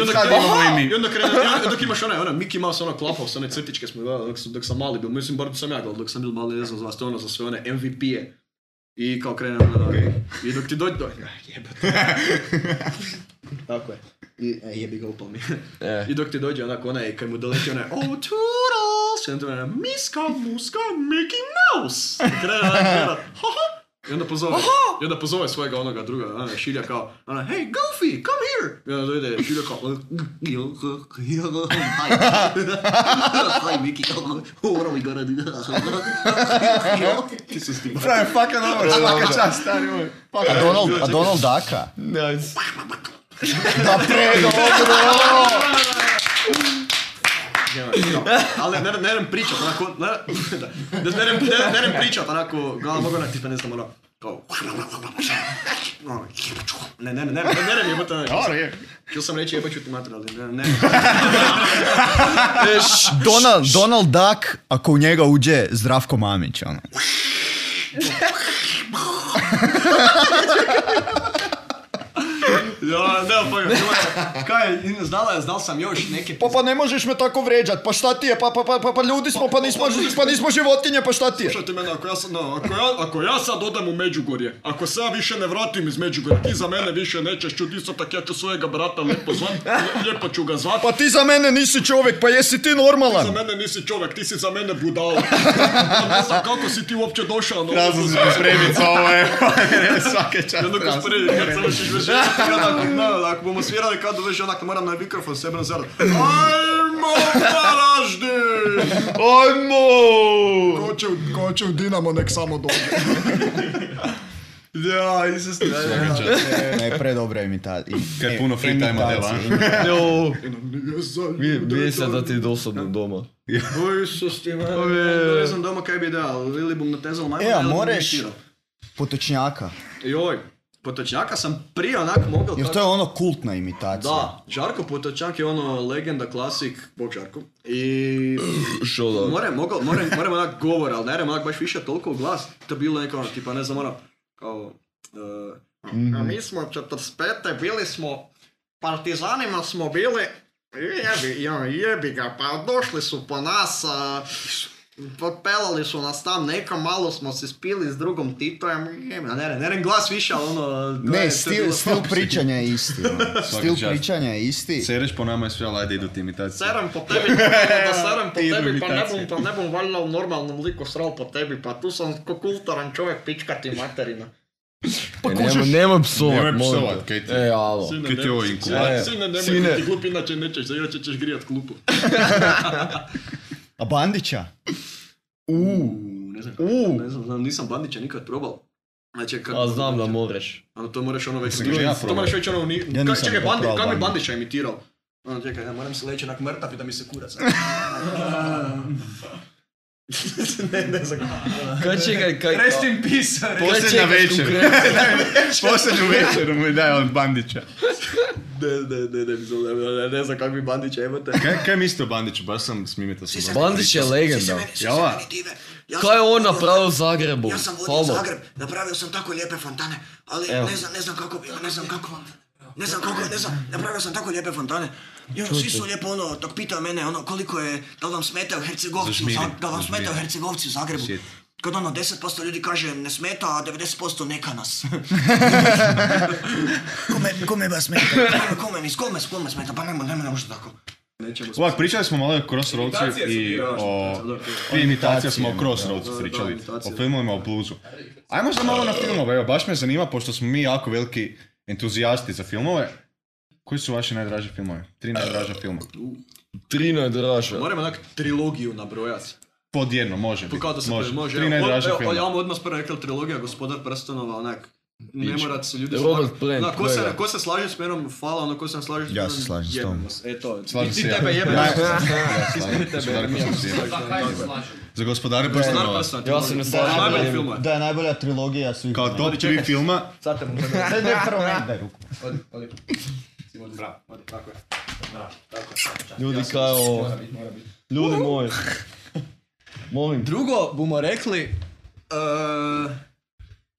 onda sad krene, imamo i mi. i onda krene, i onda dok imaš onaj, ono, Mickey Mouse, ono, klapao sa one crtičke smo gledali, dok, sam- dok sam mali bio, mislim, bar sam ja gledal, dok sam bil mali, ne znam za vas, to je ono, za sve one MVP-e. I kao krenem ono, i dok ti [LAUGHS] dođe, do... jebate. Tako je. I, e, jebi ga upao mi. E. I dok ti dođe onako onaj, kad mu doleti onaj, oh, toodles, i onda ti onaj, miska, muska, Mickey Mouse. I krene onaj, gleda, [LAUGHS] "Ha, ha." I onda pozove, i onda pozove svojega onoga druga, onaj, šilja kao, ona, hey, Goofy, come here! I onda dojde šilja kao, hi, hi, Mickey, what are we gonna do? Ti se stigla. Pravi, fakat dobro, svaka čast, stari moj. A Donald, a Donald Daka? Nice. [LAUGHS] Da, predobro. Ali ne, ne rem pričat, onako, ne, da, ne, ne, rem, ne, ne rem pričat, onako, glava mogu onak, tipa ne znam, ono, kao, ono, ne, ne, ne, ne, ne, ne rem jebote, ono, Dobro je. htio sam reći jebat ću ti mater, ali ne, ne, Donald, Donald Duck, ako u njega uđe Zdravko Mamić, ono. ja, ne, pa ga, kaj, je, znala je, znal sam još neke, Pa pa ne možeš me tako vređat, pa šta ti je, pa, pa, pa, pa, pa ljudi smo, pa nismo, pa nismo životinje, pa šta ti je? Slušajte mene, ako ja, sad, no, ako, ja, ako ja sad odem u Međugorje, ako se ja više ne vratim iz Međugorja, ti za mene više nećeš čuti istotak, ja ću svojega brata lijepo zvat, lijepo ću ga zvat, Pa ti za mene nisi čovjek, pa jesi ti za normalan? mene nisi čovjek, ti si za mene budala. Ja ne znam kako si ti uopće došao na ovu Razlog se spremit za ovo, [LAUGHS] je. Svaka čast. Jednog razlog. usporedi, kad sam još izvršio, onako, no, ako bomo svirali kao doveži, onak moram na mikrofon sebe nazirati. Ajmo, Varaždin! Ajmo! Ko će, u- ko će u Dinamo, nek samo dođe. Ja, izvesti. Ne, predobra imitacija. Kaj je puno free time-a, dela, a? Jo, Mi, vidi se da ti je dosadno doma. Oj, Isus ti, man, ne znam doma kaj bi ideal, ili bom natezal majmo, E, a ili bom moreš- imitirao. Potočnjaka. Joj, potočnjaka sam prije onak mogao Jer tako- to je ono kultna imitacija. Da, Žarko Potočak je ono legenda, klasik, bog Žarko. I [CLEARS THROAT] Što da? moram, mogao, moram, moram onak govor, ali ne moram onak baš više toliko u glas. To je bilo neko ono, tipa ne znam ono, kao... Uh, Mhm. a mi smo 45. bili smo, partizanima smo bili, jebi, ja, jebi ga, pa došli su po nas, a, popelali su nas tam neka, malo smo se spili s drugom Titojem, jebi, ne, ne, ne, rem glas više, ali ono... to je- to Ne, je stil, bilo- stil pričanja je isti. ono. Stil čast. pričanja je isti. [LAUGHS] Sereš po nama je sve, ali ajde idu ti imitacije. Serem po tebi, pa da serem po Idu tebi, pa ne imitacije. bom, pa ne bom valjda u normalnom liku sral po tebi, pa tu sam ko kultaran čovjek pičkati materina. Pa nemoj, nemoj psovat, Nemoj molim te. psovat, kaj ti? [LAUGHS] E, alo. Kaj ti je ovo inkubator? E, Sine, nemoj sine. ti glup, inače nećeš, za inače ćeš grijat klupu. A Bandića? ne znam, uh. ne znam, nisam bandića nikad probal. Znači, kako... A znam da moreš. Ono, to moraš ono već... Mislim, ja to probao. moraš već ono... Ni... Ja Ka, nisam čekaj, nikad bandi, probao kako bi Bandića. bandića imitirao? Ono, čekaj, ja moram se leći onak mrtav i da mi se kurac. [LAUGHS] ne, ne znam. Kaj čekaj, kaj... Rest in peace. re- Kaj Posljednja čekaš večer. konkretno? [LAUGHS] Posljednju večeru mu je daj on Bandića. Ne, ne, ne, ne, mislim, ne, ne, ne znam kako bi bandića imate. Kaj, kaj mislite o Bandiću? Baš sam smimita sam. dobro. Bandić je legenda. Java? Kaj je on napravio u Zagrebu? Ja sam vodio Halo. Zagreb, napravio sam tako lijepe fontane, ali Evo. ne znam, ne znam kako, ne znam kako, ne znam kako, ne znam, napravio sam tako lijepe fontane. I ono, svi su lijepo ono, dok pitao mene ono koliko je, da li vam smetaju Hercegovci, u Zažmiri, Zag- da li vam zažmiri. smetaju Hercegovci u Zagrebu. Shit. Kad ono 10% ljudi kaže ne smeta, a 90% neka [LAUGHS] nas. kome, kome vas smeta? Kome, kome, kome, kome smeta? Pa nema, nema, ne može tako. nečemu. Ovak, pričali smo malo o Crossroadsu Imitacije su i bile, o... da, da. Prije imitacija smo o Crossroadsu da. Da, pričali, imitacije. o filmovima, o bluzu. Ajmo sad malo na filmove, evo, baš me zanima, pošto smo mi jako veliki entuzijasti za filmove. Koji su vaši najdraži filmovi? Tri najdraža filma. Trino je draža. Moram onak trilogiju nabrojati. Pod jedno, može biti. Po kao da se može. može. Tri Evo, najdraža evo, Ja filma. vam odmah prvo rekla trilogija Gospodar prstenova, onak. Ne Pič. morate se ljudi Robert slagati. Plant, Onak, ko se, kolega. ko se slaže s menom, hvala, ono ko se ne slaže s Ja menom, se slažem s jebem tobom. vas. E to, Slažem ti se ja. tebe jebem. Ja, vas. ja, Ti Slažem se, mene tebe Darko, jebem. sam se jebem. Pa kaj se slažem? Za gospodare Gospodar prstenova. prstenova. Ja se ne slažem. To je Najbolji film. Da je najbolja trilogija svih. Kao top tri filma, Sad te mu Sad ne prvo ne, daj ruku. Odi, odi. Si vodi. Bravo, odi, tako je. Ljudi kaj ovo. Ljudi moji. Molim. Drugo, bumo rekli... eh,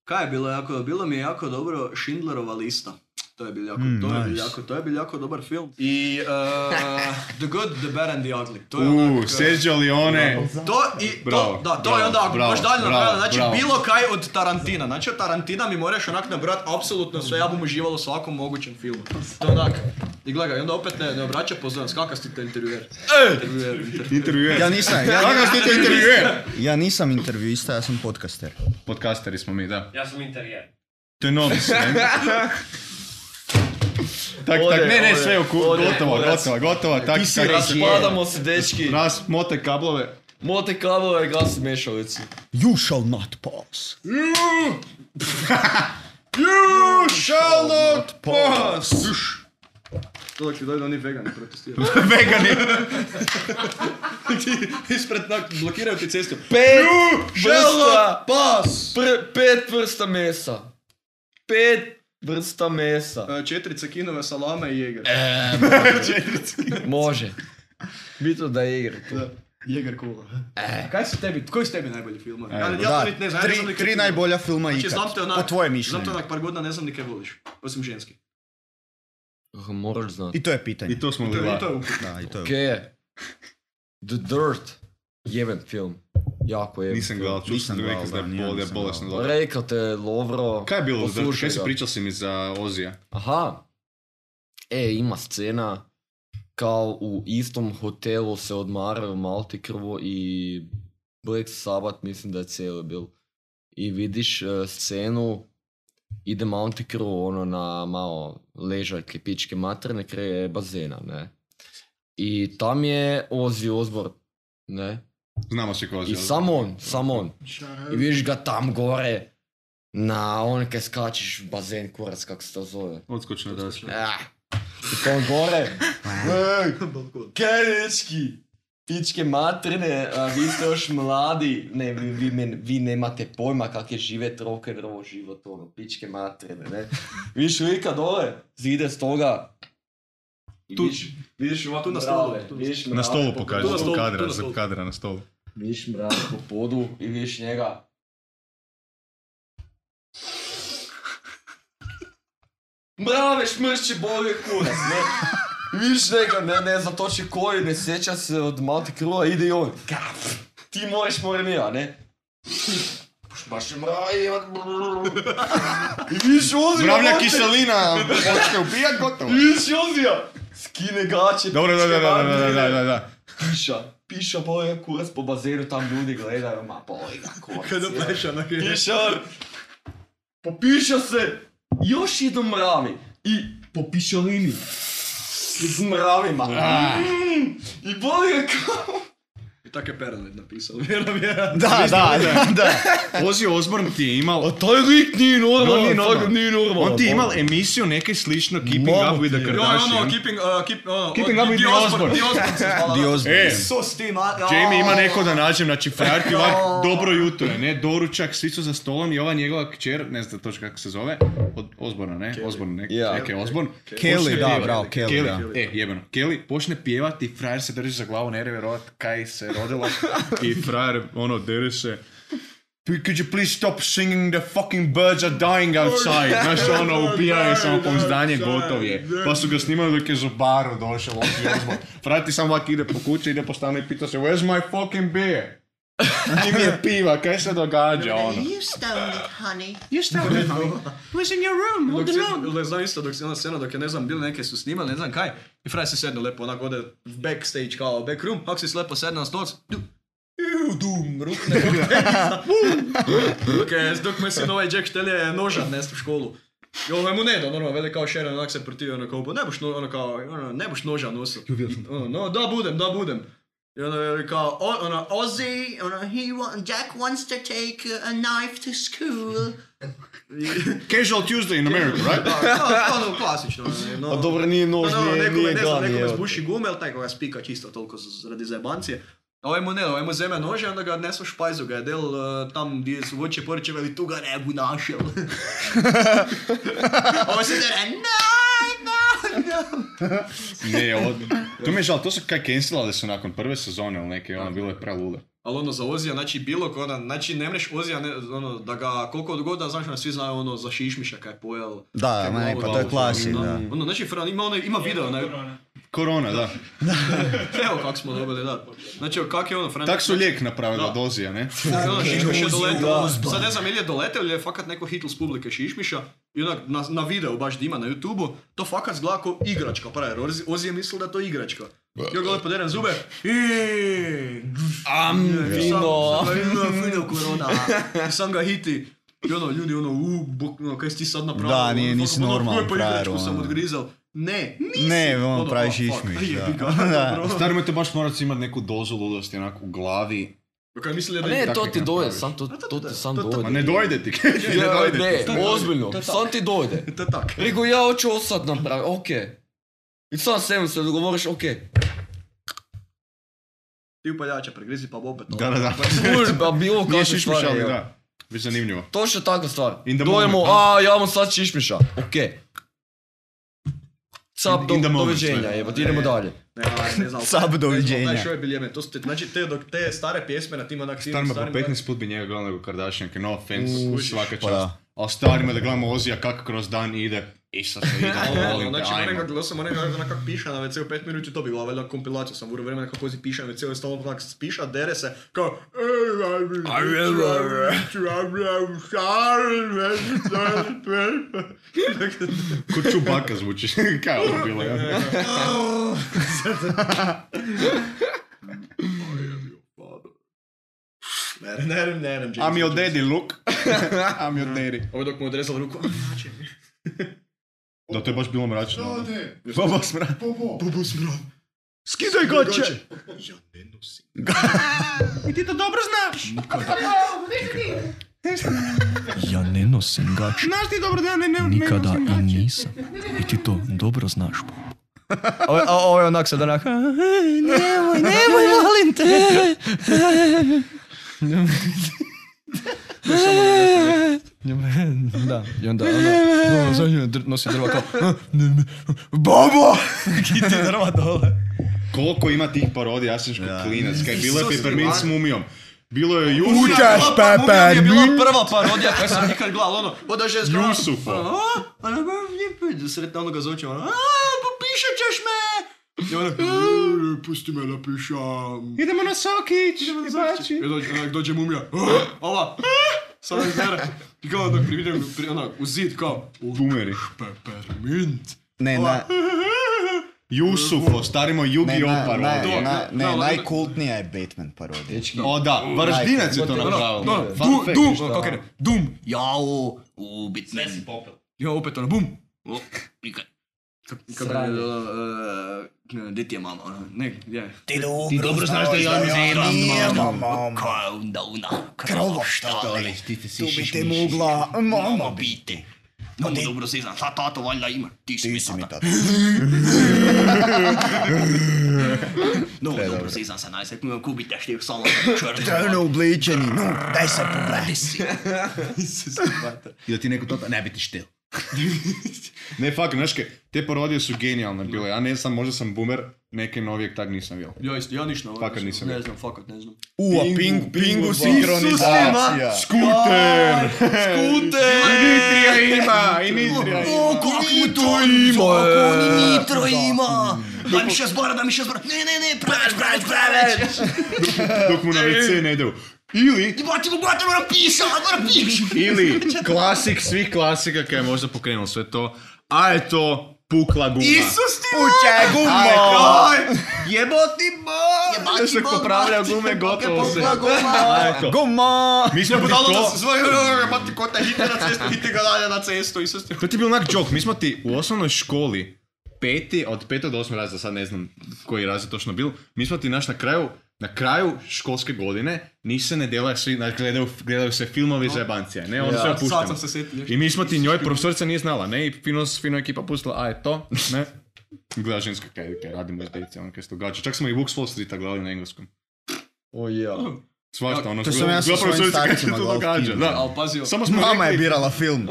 kaj je bilo jako? Bilo mi je jako dobro Schindlerova lista. To je bil jako, Hmm, to je bil nice. jako, to je bil jako dobar film. I eh, The Good, The Bad and The Ugly. To je onak, u eh, Sergio Leone, To i Bravo, to, da, to bravo, je onda ako bravo, baš dalje bravo, napravljeno, znači bravo. bilo kaj od Tarantina, znači od Tarantina mi moraš onak nabrati apsolutno sve, ja bom užival u svakom mogućem filmu. To je onak, i gledaj ga, i onda opet ne, ne obraća pozornost, kakav si te intervjuer. Intervjuer, inter- intervjuer. Ja nisam, ja, Kakav ste to intervjuer? ja nisam intervjuista, ja sam podcaster. Podcasteri smo mi, da. Ja sam interijer. To je novi sve. Tak, Ode, tak, ne, ne, ode, sve oku, ode, gotovo, ode. gotovo, gotovo, tak, Ti si tak, raz, padamo se dečki. raz, mote kablove. Mote kavove i gas mešalicu. You shall not pass. You shall not pass! To dok ti dođe oni vegani torej protestiraju. [LAUGHS] Vegani, Ispred, nak, blokiraju ti cestu. Pet Žela vrsta, pas! pr- pet vrsta mesa. Pet vrsta mesa. E, Četiri cekinove salame i jeger. Eh. Može. Bitno da je igra. tu. Jeger kula. A Kaj su tebi, koji su tebi najbolji film? Eh, Ja, ja to Da, niti ne znam, ja ne tri, znam ni kaj tri film. najbolja filma Znači, znam ikad. te onak, Po tvoje znam mišljenje. te onak par godina, ne znam ni kaj voliš, osim ženski. Ah, Moraš znati. I to je pitanje. I to smo To je, i li to je upitno. Da, i to je. Kaj je? The Dirt. Jeben film. Jako jeben Nisam film. gledal, čuo Nisam sam da gledal, rekao da je da, nije, bol- da je nisam bolesno gledal. dobro. Rekao te je Lovro. Kaj je bilo, za- poslušaj kaj si ga. pričao si mi za Ozija? Aha. E, ima scena kao u istom hotelu se odmaraju Malti krvo i Black Sabbath mislim da je cijeli bil. I vidiš eh, scenu ide Malti krvo ono na malo ležaljke pičke materne kraj bazena, ne. I tam je Ozzy Osbourne, ne. Znamo se ko je I Ozzy. samo on, samo on. I vidiš ga tam gore na on kaj skačeš u bazen kurac kak se to zove. Odskočna daska. Ah. I to on gore. Ej, Kerečki! Pičke materne, a vi ste još mladi. Ne, vi, vi, men- vi nemate pojma kak je živjet rock and roll život, ono, pičke materne, ne. Viš lika dole, zide s toga. I Tu- vidiš, vidiš ovako tu na mrave, stolu, tu na vidiš Na mrave stolu po- pokaži, tu na stolu, zbog tu kadra, zbog na stolu. kadra na stolu. Vidiš mrave po podu i vidiš njega. Mrave šmršće boli kurac, ne? I Vidiš njega, ne, ne znam točno koji, ne sjeća se od Malti Krua, ide i on. Kaf! Ti moraš morenija, ne? Baš je mravi, I vidiš Ozija, Mravlja brate, kiselina, počne ubijat, gotovo. i vidiš Ozija! Skine gaće, Dobro, da, da, da, da, pičke da, mandrine. da, da, da. Piša, piša boja kurac po bazenu, tam ljudi gledaju, ma boja kurac. Kada je. pleša na kraju. Piša, popiša se, još idu mravi i po pišalini. S mravima. Ah. Mm, I boli ga kao... I tako je Paranoid [LAUGHS] napisao, vjerujem. Da, da, da, da. Ozzy Osbourne ti je imao... taj lik nije On nije normalan. fakat normalan. On ti je imao emisiju neke slično Keeping Mamo Up with the ti je. Jo, ono, Kardashians. keeping, uh, keep, ono, no. Keeping o- up with The the Osbourne, Osbourne. The Osbourne se [LAUGHS] zvala. Di Osborne. E, Isus ti, ma... Jamie ima neko da nađem, znači frajer ti ovak dobro jutro, je, ne, doručak, svi su za stolom i ova njegova kćer, ne znam točno kako se zove, od Osborna, ne, Osborna, ne, Ja. neke Osborn. Kelly, da, bravo, Kelly, da. E, jebeno, Kelly počne pjevati, frajer se drži za glavu, ne vjerovat kaj se rodilo i frajer, ono, dere se. "P- Could you please stop singing the fucking birds are dying outside? Znaš, ono, ubijao je samopouzdanje, gotov je. Pa su ga snimali dok je Zobaru došao, Ozzy Osbourne. Frajer ti samo ovak ide po kući, ide po stanu i pita se, where's my fucking beer? Ti mi je piva, kaj se događa ono? You stole it, honey. Dok si, le znam isto dok si ona scena, dok je ne znam, bili neke su snimali, ne znam kaj. I frajer se sedne lepo, onako ode v backstage kao back room, ako si lepo sedne na stolac, du. Iu, dum, rukne ga [LAUGHS] u tenisa, bum. Dok, je, dok me sin ovaj Jack štelje noža nest u školu. I ovaj mu ne da, normalno, veli kao Sharon, onak se protivio, ono kao, "Bo ne boš, no, ono kao, ono, ne boš noža nosil. Ono, no, da budem, da budem. I onda je kao, o- ono, Ozzy, ono, He wa- Jack wants to take uh, a knife to school. Casual Tuesday in America, right? da, kao ono, klasično. ono, no. A Pa dobro, nije nož, Ono, nije, nekome, nije ne znam, dan, nekome je. zbuši gume, ali taj koga spika čisto toliko z- radi zajebancije. A ovaj mu ne, ovaj mu zeme nože, onda ga nesu špajzu, ga je del eh, tam gdje su voće poriče, veli tu ga ne bu [LAUGHS] našel. A Ovo se zere, no, no, no. ne, od... To mi je žal, to su kaj cancelali su nakon prve sezone ili neke, ono, bilo je prelude. Ali ono za Ozija, znači bilo ko, ona, znači ne mreš Ozija, ne, ono, da ga koliko god da znaš, ono, svi znaju ono za šišmiša kaj je pojel. Da, Kaj ma ne, glavu pa to dao, je klasik, ono, da. Ono, znači, Fran, ima, ono, ima video, na, Korona, da. evo kak smo dobili, da. Znači, evo, kak je ono, Fran, Tak su lijek napravili Da. od Ozija, ne? I onda Šišmiš je Ozio, doletao, Ozban. sad ne znam ili je doletao ili je fakat neko hitl s publike Šišmiša i onak na, na videu baš dima na youtube to fakat zgleda ko igračka prajer, Ozi- Ozi je mislio da je to igračka. Ja ga lepo derem zube, i Am, vino. [LAUGHS] sam, sam ga vidio, vidio korona, i sam ga hiti. I ono, ljudi ono, u, bok, ono, kaj si ti sad napravio? Da, nije, Ono, nisi fakat, ono, normalan "Koje pa frajer, igračku sam ono." odgrizao. Ne, nisi. Ne, on Ono, pravi "Ah, fuck, šišmiš, jebi da. ga, Da. dobro. Stari me te baš moraš imati neku dozu ludosti onak u glavi. Kaj mislili A da je ne, to takvih ti ne dođe, praviš. sam to, to ti sam to- to- Ma dođe. ne dojde ti, [LAUGHS] kaj ti ne Ja, dojde ti. ne, ozbiljno, sam ti dojde. To je tak. Rekao, ja hoću ovo sad napraviti, okej. I sam sebi se dogovoriš, okej. [LAUGHS] Ti upaljača pregrizi pa opet. ono. Da, da, da. Služba, bilo [LAUGHS] Nije kakve šišmiš, stvari. ali evo. da. Biš zanimljivo. Točno takva stvar. In the Dojemo, moment, a ja imam sad šišmiša, okej. Cap, In- do, in the moment, doviđenja, sve. E, evo, idemo dalje. Ne, aj, ne znam. Sab taj- taj- doviđenja. Taj show je bil jemen. To su te, znači te, dok te stare pjesme na tim onak tim Starima po starim- 15 put bi njega gledao nego Kardashianke, no offense, svaka pa čast. da. Ali starima da gledamo Ozija kako kroz dan ide. Isa se ide, Ono, molim te, Znači, ajmo. onega glasa, onega onako kak piša na WC-u 5 minuti, to bi bila valjda kompilacija, sam vrlo vremena kako si piša na WC-u, je stalno onak piša, dere se, kao Dakle, Ko čubaka zvučiš, [LAUGHS] kaj je ovo bilo? ja? Ne, ne, ne, ne, ne, I'm your daddy, look. [LAUGHS] I'm your daddy. Ovo dok mu odrezal ruku, znači, Da, Pa to je baš bilo mračno. Bobo smrad. bubu smrad. Skidaj gače! Ja ne nosim. Ja ne nosim gače. Znaš ti dobro da ja ne, ne, Nikada i nisam. I ti to dobro znaš, Bob. Ovo, ovo je onak sad onak... Nemoj, [LAUGHS] nemoj, volim te! [LAUGHS] da, i onda ono, ono, nosi drva kao Bobo! I ti drva dole. Koliko ima tih parodija, ja sam još kao klinac. Kaj, bilo je Isus Peppermint s Ivan. mumijom. Bilo je Jusu. Papa, je bila prva parodija koju sam ikad gledal, ono, voda ženska. ono, Jusufo. a, Ono, ba, lijepo, sretna onoga zvuča, ono, a, popišat ćeš me! I ono, "E, pusti me da pišam. Idemo na Sokić, znači. I dođe, onak, dođe mumija, "A, ova, sad ne zere. I kao onak prividio, pri, onak, u zid, kao, Bumeri. peppermint. Ne, Ova, na, Jusufo, starimo ne, Yu-Gi-Oh na, na, parodiju. na, Da, ne, da, najkultnija je Batman parodija. O da, Varaždinac je to napravio. ono, Fun dum, fact, dum, ništa. ono, kako je, dum, jao, ubit me. si popel. I ono, opet ono, bum, O, pika. Kako je bilo, eh, uh, gdje ti je mama, ono, ne, je. ja. Ti dobro znaš da ja Nije, niziram, mama. Kao onda una Krova krvoštale. Ti bi te mogla, mm, mama bi. Biti. No, dobro si znam, sad tato valjda ima. Ti si mi Ti si mi tata. tata. No, dobro si znam, se najseknujem kubite štih samo črno. Trajno obličeni, no, daj se pogledaj. I da ti neko to ne bi ti štel. [LAUGHS] ne, fuck, znaš kaj, te parodije su genijalne bile. Ja ne znam, možda sam boomer, neke novijeg tak nisam vidio. Ja isto, ja ništa. Fakat nisam Ne vidio. znam, fakat ne znam. U, a Pingu, Pingu, Pingu Pingu dva. sinkronizacija. Isuse, Skuter! [LAUGHS] Skute! Initrija ima, Initrija ima. kako mi to ima? Kako ni nitro ima? Daj mi še zbora, daj mi še zbora. Ne, ne, ne, preveč, preveč, preveč. [LAUGHS] Dok mu na WC ne ide. Ili, Ti bo ti bo bote moram pisati, moram pisati. [LAUGHS] ili, klasik svih klasika koja je možda pokrenuo sve to, a je to pukla guma. Pučaj A je gumo! to- Jeboti bol! Jebati Znaš, kako bol, popravlja gume, gotovo se. Pukla [LAUGHS] A je to. Gumo! Mi smo ti to... zvoj, mati kota, hiti na cestu, hiti ga dalje na cestu, i sve To ti je bio onak joke, mi smo ti u osnovnoj školi peti, od petog do osmog razreda, sad ne znam koji razred točno bil, mi smo ti naš na kraju, na kraju školske godine, niš se ne dela, svi znači, gledaju, gledaju se filmovi za jebancija, ne, ono sve Sad pušteno. sam se setio. I mi smo ti njoj, profesorica nije znala, ne, i fino, fino je ekipa pustila, a je to, ne. Gleda ženska kaj, kaj radimo s deci, ono kaj se događa. Čak smo i Books Wall Streeta gledali na engleskom. O ja. Svašta, ono, To sam ja sa gleda svojim profesorica kaj se starcima to gledao događa. film. Da. Ali pazio, Samo smo Mama je rekli, birala film.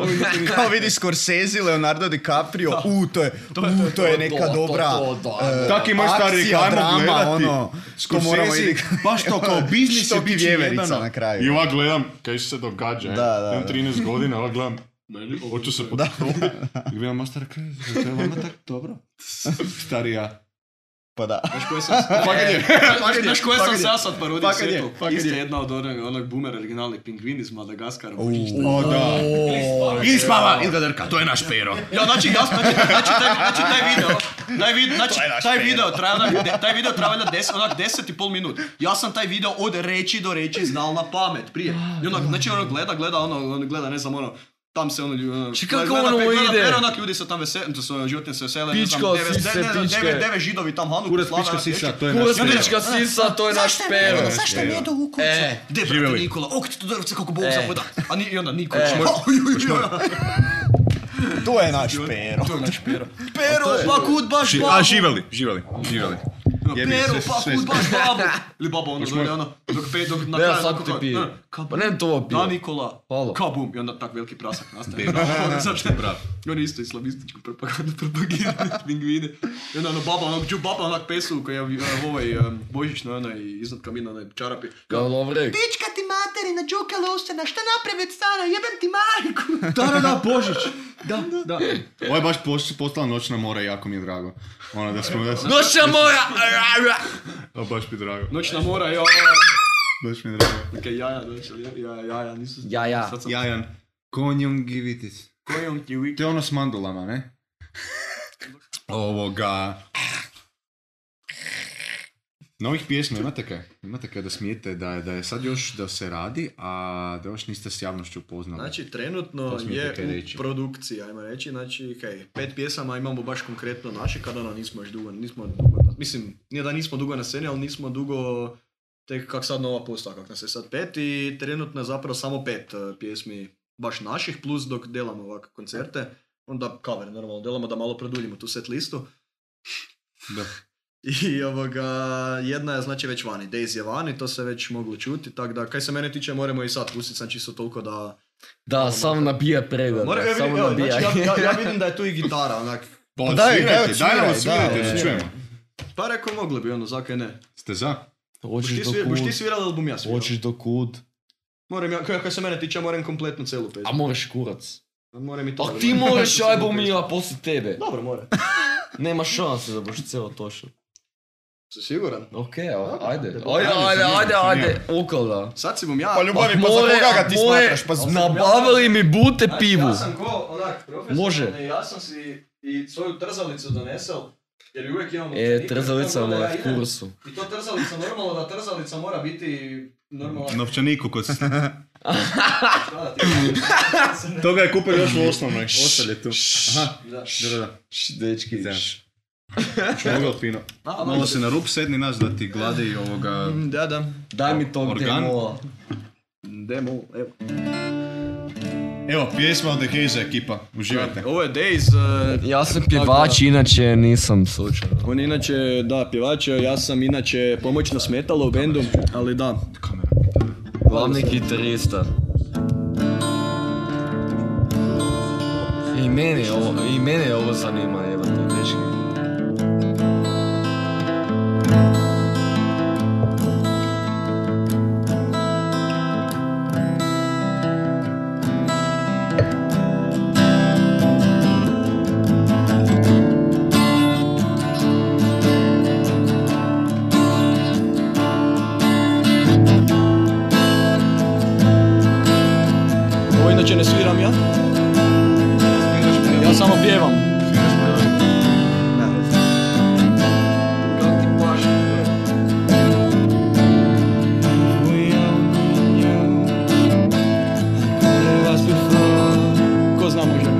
Kao vidi Scorsese, Leonardo DiCaprio, u to je, u to je neka dobra to, da, eh, Tako i moj stari akcija, rekla, ajmo drama, gledati. ono, što moramo Scorsese, ide baš to [LAUGHS] kao biznis Što je bit kiči vjeverica jebeno. na kraju. I ovak gledam, kaj se događa, da, da, imam da. 13 godina, ovak gledam, hoću se potopit. [LAUGHS] I gledam, ma stari, kaj, zar to je vama tako [LAUGHS] dobro? Stari ja. pa da. znaš koje sam... Fakat je, fakat je, Znaš koje fakat sam je. se ja sad parodio Fakat je, sjetio? fakat Isto je. jedna od onog, onog boomer originalni pingvin iz Madagaskara. O, da. Ili spava, ili ga drka, to je naš pero. Ja, znači, ja, znači, znači, taj, znači, taj video, taj, vid, znači, taj video traja, onak, de- taj video traja valjda des, onak deset i pol minut. Ja sam taj video od reći do reći znal na pamet prije. I onak, znači, ono gleda, gleda, ono, ono gleda, ne znam, ono, tam se ono, ljudi, ono, Či kako gleda, ono pe- gleda ide? pero, onak, ljudi se tam vesele, to su ono, životinje se vesele, ne znam, Pičkao deve- si se, ne- ne znam, pičke. deve, deve židovi tam Hanu, Kurac, slave, pička onak, sisa, nešto. to je naš Kurac pero. pička sisa, to je naš pero. ono, Zašto Evo. ne do ukuca? E, Gdje brate Živjeli. Nikola, ok ti to drvce kako bog E. zapoda. A ni, i onda niko. To je naš pero. Pero, pa kud baš A, babu, živeli, živeli, živeli. Jebi ga, pero, sve- pa sve kud zna. baš babu. Ili baba ono dolje, ono, dok pe, dok na Ne, kraju, sad onako ti kao, pije. ne, kao, Pa ne to pije. Da, Nikola. Hvala. Kabum. I onda tak veliki prasak [LAUGHS] nastaje. Beba. Znači, oni isto islamističku propagandu propagiraju [LAUGHS] pingvine. I onda ono baba, onog džu baba, onak pesu koji je uh, ovaj um, božićno onaj iznad kamina, onaj čarapi. Kao Lovrek. Pička ti materina, džuka losena, šta napravit stara, jebem ti majku. Da, da, da, božić. Da, da. Ovo je baš post- postala noćna mora i jako mi je drago. Ono da smo, da smo, Noća mora! a, baš mi je drago, Noćna mora, jo. baš mi je drago. Neke jaja, znači, jaja, jaja, nisu... Ja, ja. Sad sam... Jajan, konjungivitis. Kojom ti uvijek? To je ono s mandulama, ne? Ovoga... Novih pjesma, imate kaj? Imate kaj da smijete da je, da je sad još da se radi, a da još niste s javnošću upoznali. Znači, trenutno To smijete je kaj reći. u produkciji, ajmo reći, znači, hej, pet pjesama imamo baš konkretno naše, kada ono nismo još dugo, nismo dugo, na- mislim, nije da nismo dugo na sceni, ali nismo dugo, tek kak sad nova posta, kak nas je sad pet i trenutno je zapravo samo pet eh, pjesmi baš naših, plus dok delamo ovakve koncerte, onda cover normalno delamo da malo produljimo tu set listu. Da. [LAUGHS] I ovoga, jedna je znači već vani, Daisy je vani, to se već moglo čuti, tako da kaj se mene tiče moramo i sad pustit, sam čisto toliko da Da, samo nabija pregled. Mora, ja, vidim, Samo evo, nabija. znači, ja, ja, ja vidim da je tu i gitara, onak. Pa, daj, daj, odsvirajte, daj nam odsviraj, odsvirajte, daj, da se daj. čujemo. Pa rekao, mogli bi, ono, zakaj ne? Ste za? [LAUGHS] Boš Hoćeš ti, do svir, boš ti kud? svirao ili bom ja svirao? Hoćeš do kud? Moram ja, kaj, kaj se mene tiče, moram kompletnu celu A pesmu. moraš kurac. Moram i to. A ti [LAUGHS] moraš album i ja poslije tebe. Dobro, mora. Nema šanse da boš cijelo tošao. Si siguran? Okej, evo, ajde. Ajde, ajde, ajde, sam ajde, ja, sam ajde. Ukala. Sad si bom ja... Pa ljubavi, pa za More, koga ga ti more, smatraš? Pa zna... Nabavili mi bute Znači, pivu. Ja sam ko, onak, profesor, Može. ja sam si i svoju trzalicu donesel, jer uvijek E, imam... učenika, trzalica tako da mu ja je idem- u kursu. I to trzalica, normalno da trzalica mora biti [LAUGHS] normalna. Novčaniku kod... šta da ti kažem. [LAUGHS] Toga je kupio još u osnovnoj, ostali tu. Aha, Da. da, da, da. Dečki, Da. [LAUGHS] Mogao fino. A, Malo se na rup sedni nas da ti glade i ovoga... Da, da. daj mi tog Organ? demola. Demo, evo. Evo, pjesma od The Haze ekipa, uživajte. Ovo je Days, eh, Ja sam pjevač, inače nisam slučajno. On je inače, da, pjevač, ja sam inače pomoćno smetalo u bendu, ali da. Glavni gitarista. I mene je ovo, i mene je ovo zanima, evo te dečki. Ovo inače ne sviram ja. Ja samo pjevam. Ko zna može.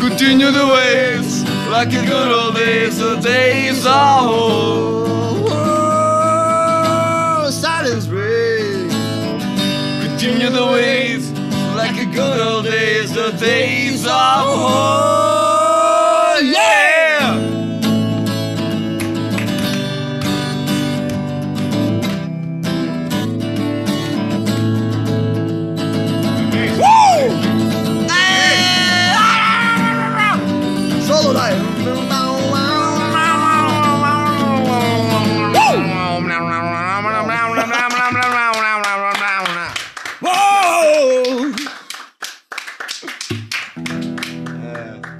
Continue the ways, like a good old days, the days are old. Oh, silence breaks. Continue the ways, like a good old days, the days are old. Yeah!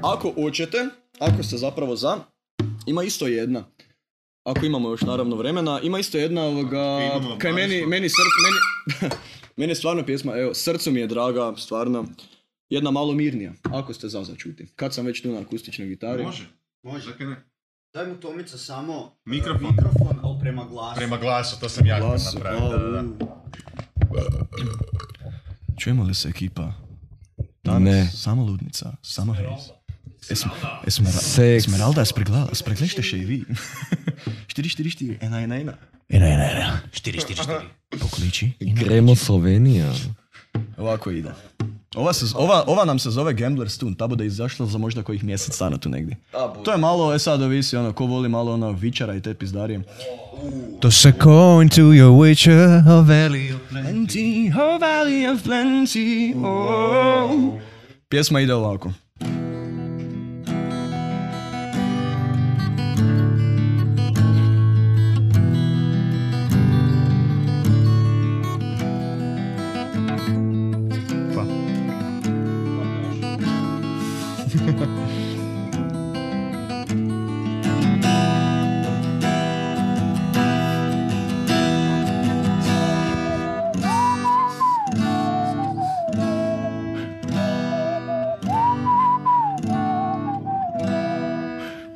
Ako hoćete, ako ste zapravo za, ima isto jedna. Ako imamo još naravno vremena, ima isto jedna ovoga... Imamo, pa- Kaj meni, baš. meni, src- meni, [LAUGHS] meni je stvarno pjesma, evo, srcu mi je draga, stvarno. Jedna malo mirnija, ako ste za začuti. Kad sam već tu na akustičnoj gitari. Može, može. Zakaj ne? Daj mu Tomica samo Mikrofon. mikrofon, ali prema glasu. Prema glasu, to sam ja htio Glasu, napraviti. da, da, da. Čujemo li se ekipa? Ne. Sama ludnica, sama hejs. Esm- Esmeralda. Seks. Esmeralda, spregla- spreglešte še i vi. [LAUGHS] 4-4-4, ena, ena, ena. Pokliči. in Gremo Slovenija. Ovako ide. Ova, se, z- ova, ova nam se zove Gambler's Tune, ta bude izašla za možda kojih mjesec dana tu negdje. To je malo, e sad ovisi, ono, ko voli malo ono vičara i te pizdarije. To se coin to your witcher, a valley of Plenty, oh valley of plenty, oh. Pjesma ide ovako. Wow.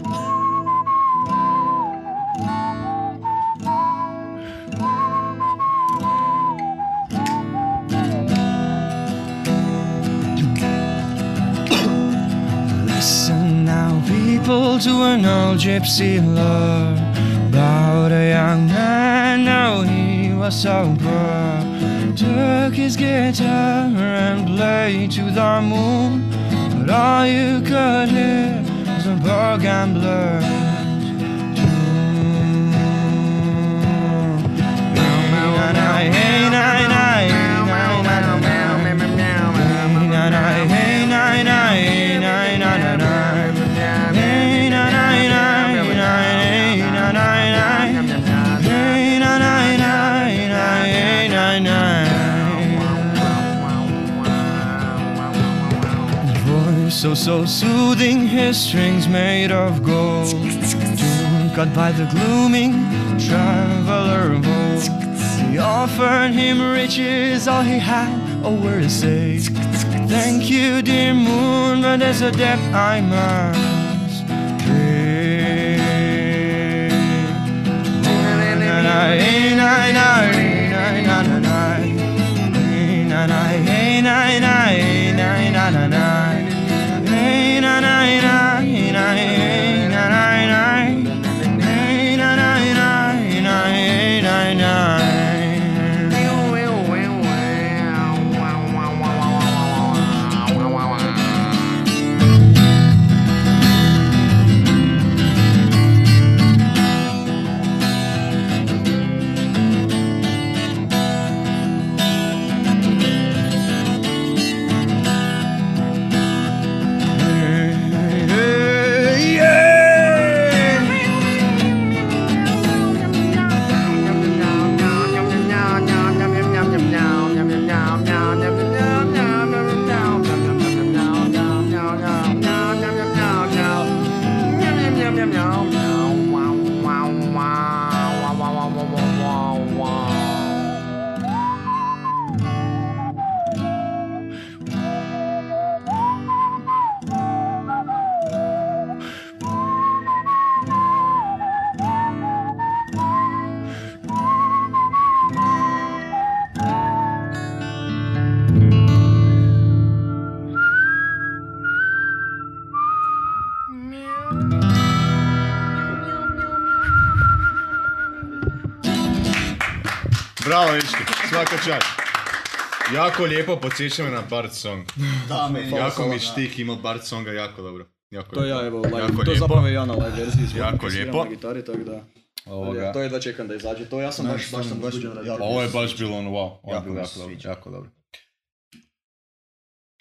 people to an old gypsy lore about a young man. Now he was sober, took his guitar and played to the moon. But all you could hear was a poor gambler's tune. Hey, nay, nay, nay, nay, nay, nay, nay. So, so soothing, his strings made of gold. Doomed, Cut by the glooming traveler of old. He offered him riches, all he had, or were to say. Thank you, dear moon, but there's a debt I must pay. Bravo, Miški, svaka čast. Jako lijepo podsjeća me na Bart song. Da, meni je jako ovo, mi da. štik ima Bart songa, jako dobro. Jako To ja evo, live, jako to lijepo. zapravo ja na live verziji zvukom Jako koji sviram lijepo. na gitari, tako da. Ovoga. Ali ja, To jedva čekam da izađe, to ja sam Ne, baš, baš sam sam baš uzbuđen radi jako- toga. Ovo je baš bilo ono wow, ovo je Jako bilo mi jako se dobro, sviđa. jako dobro.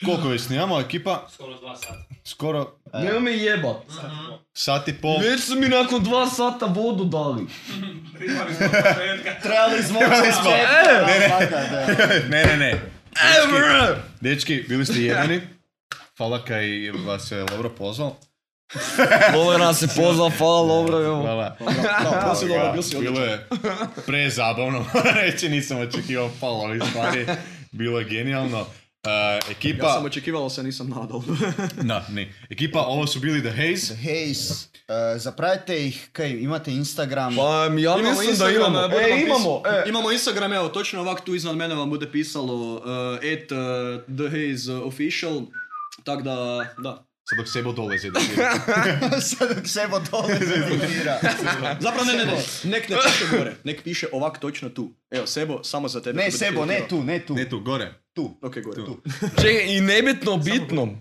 Koliko već snimamo ekipa? Skoro dva sata. [LAUGHS] Skoro Nemo me jebat. sat i pol. Već su mi nakon dva sata vodu dali. Primali smo od početka. Trebali smo Imali smo- Ne, ne, da. ne, ne, ne. Dečki, dečki, bili ste jedini. Hvala kaj vas je Lovro pozvao. Lovre nas je pozvao, hvala Lovre. evo. Hvala. Poslije dobro, bio si Bilo je prezabavno, [LAUGHS] moram reći, nisam očekivao palo ovih stvari. Bilo je genijalno. Uh, ekipa, Ja sam očekivao, ali se nisam nadal. na, ne. ekipa, ovo su bili The Haze. Hejs, eh, zapravite ih, kaj, imate Instagram. Pa ja mislim da imamo. evo, budem E, vam pis- imamo. E. Imamo Instagram, evo, točno ovak tu iznad mene vam bude pisalo uh, at uh, the Haze official, tak da, da. Sad dok sebo dolazi. da [LAUGHS] [LAUGHS] Sad dok sebo dole zablokira. Zapravo ne, ne, ne, nek ne piše gore, nek piše ovak točno tu. Evo, Sebo, samo za tebe. Ne, to bude sebo, ne filtrirao. tu, ne tu. Ne tu, gore. tu. Ok, gore, tu. Čekaj, i nebitno bitnom.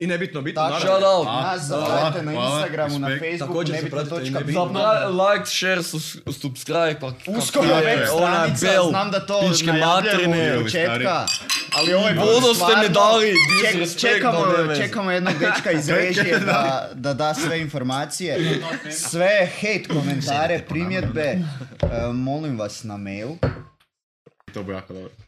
I nebitno, bitno, Tako. naravno. Shout out. Nas Hvala, zapravite na hvala, Instagramu, na respekt. Facebooku, Također nebitna zapratite i točka. nebitno. Zapra- like, share, sus- subscribe, pa Uskoro Tako je je. web Ona stranica, bel, znam da to pičke najavljujemo materine, od ovi početka. Ali ovaj put Bodo ste mi stvarno dali ček- disrespekt, čekamo, ali ne veze. čekamo jednog dečka iz režije da, da da sve informacije. Sve hate komentare, primjedbe, eh, molim vas na mail. To bi jako dobro.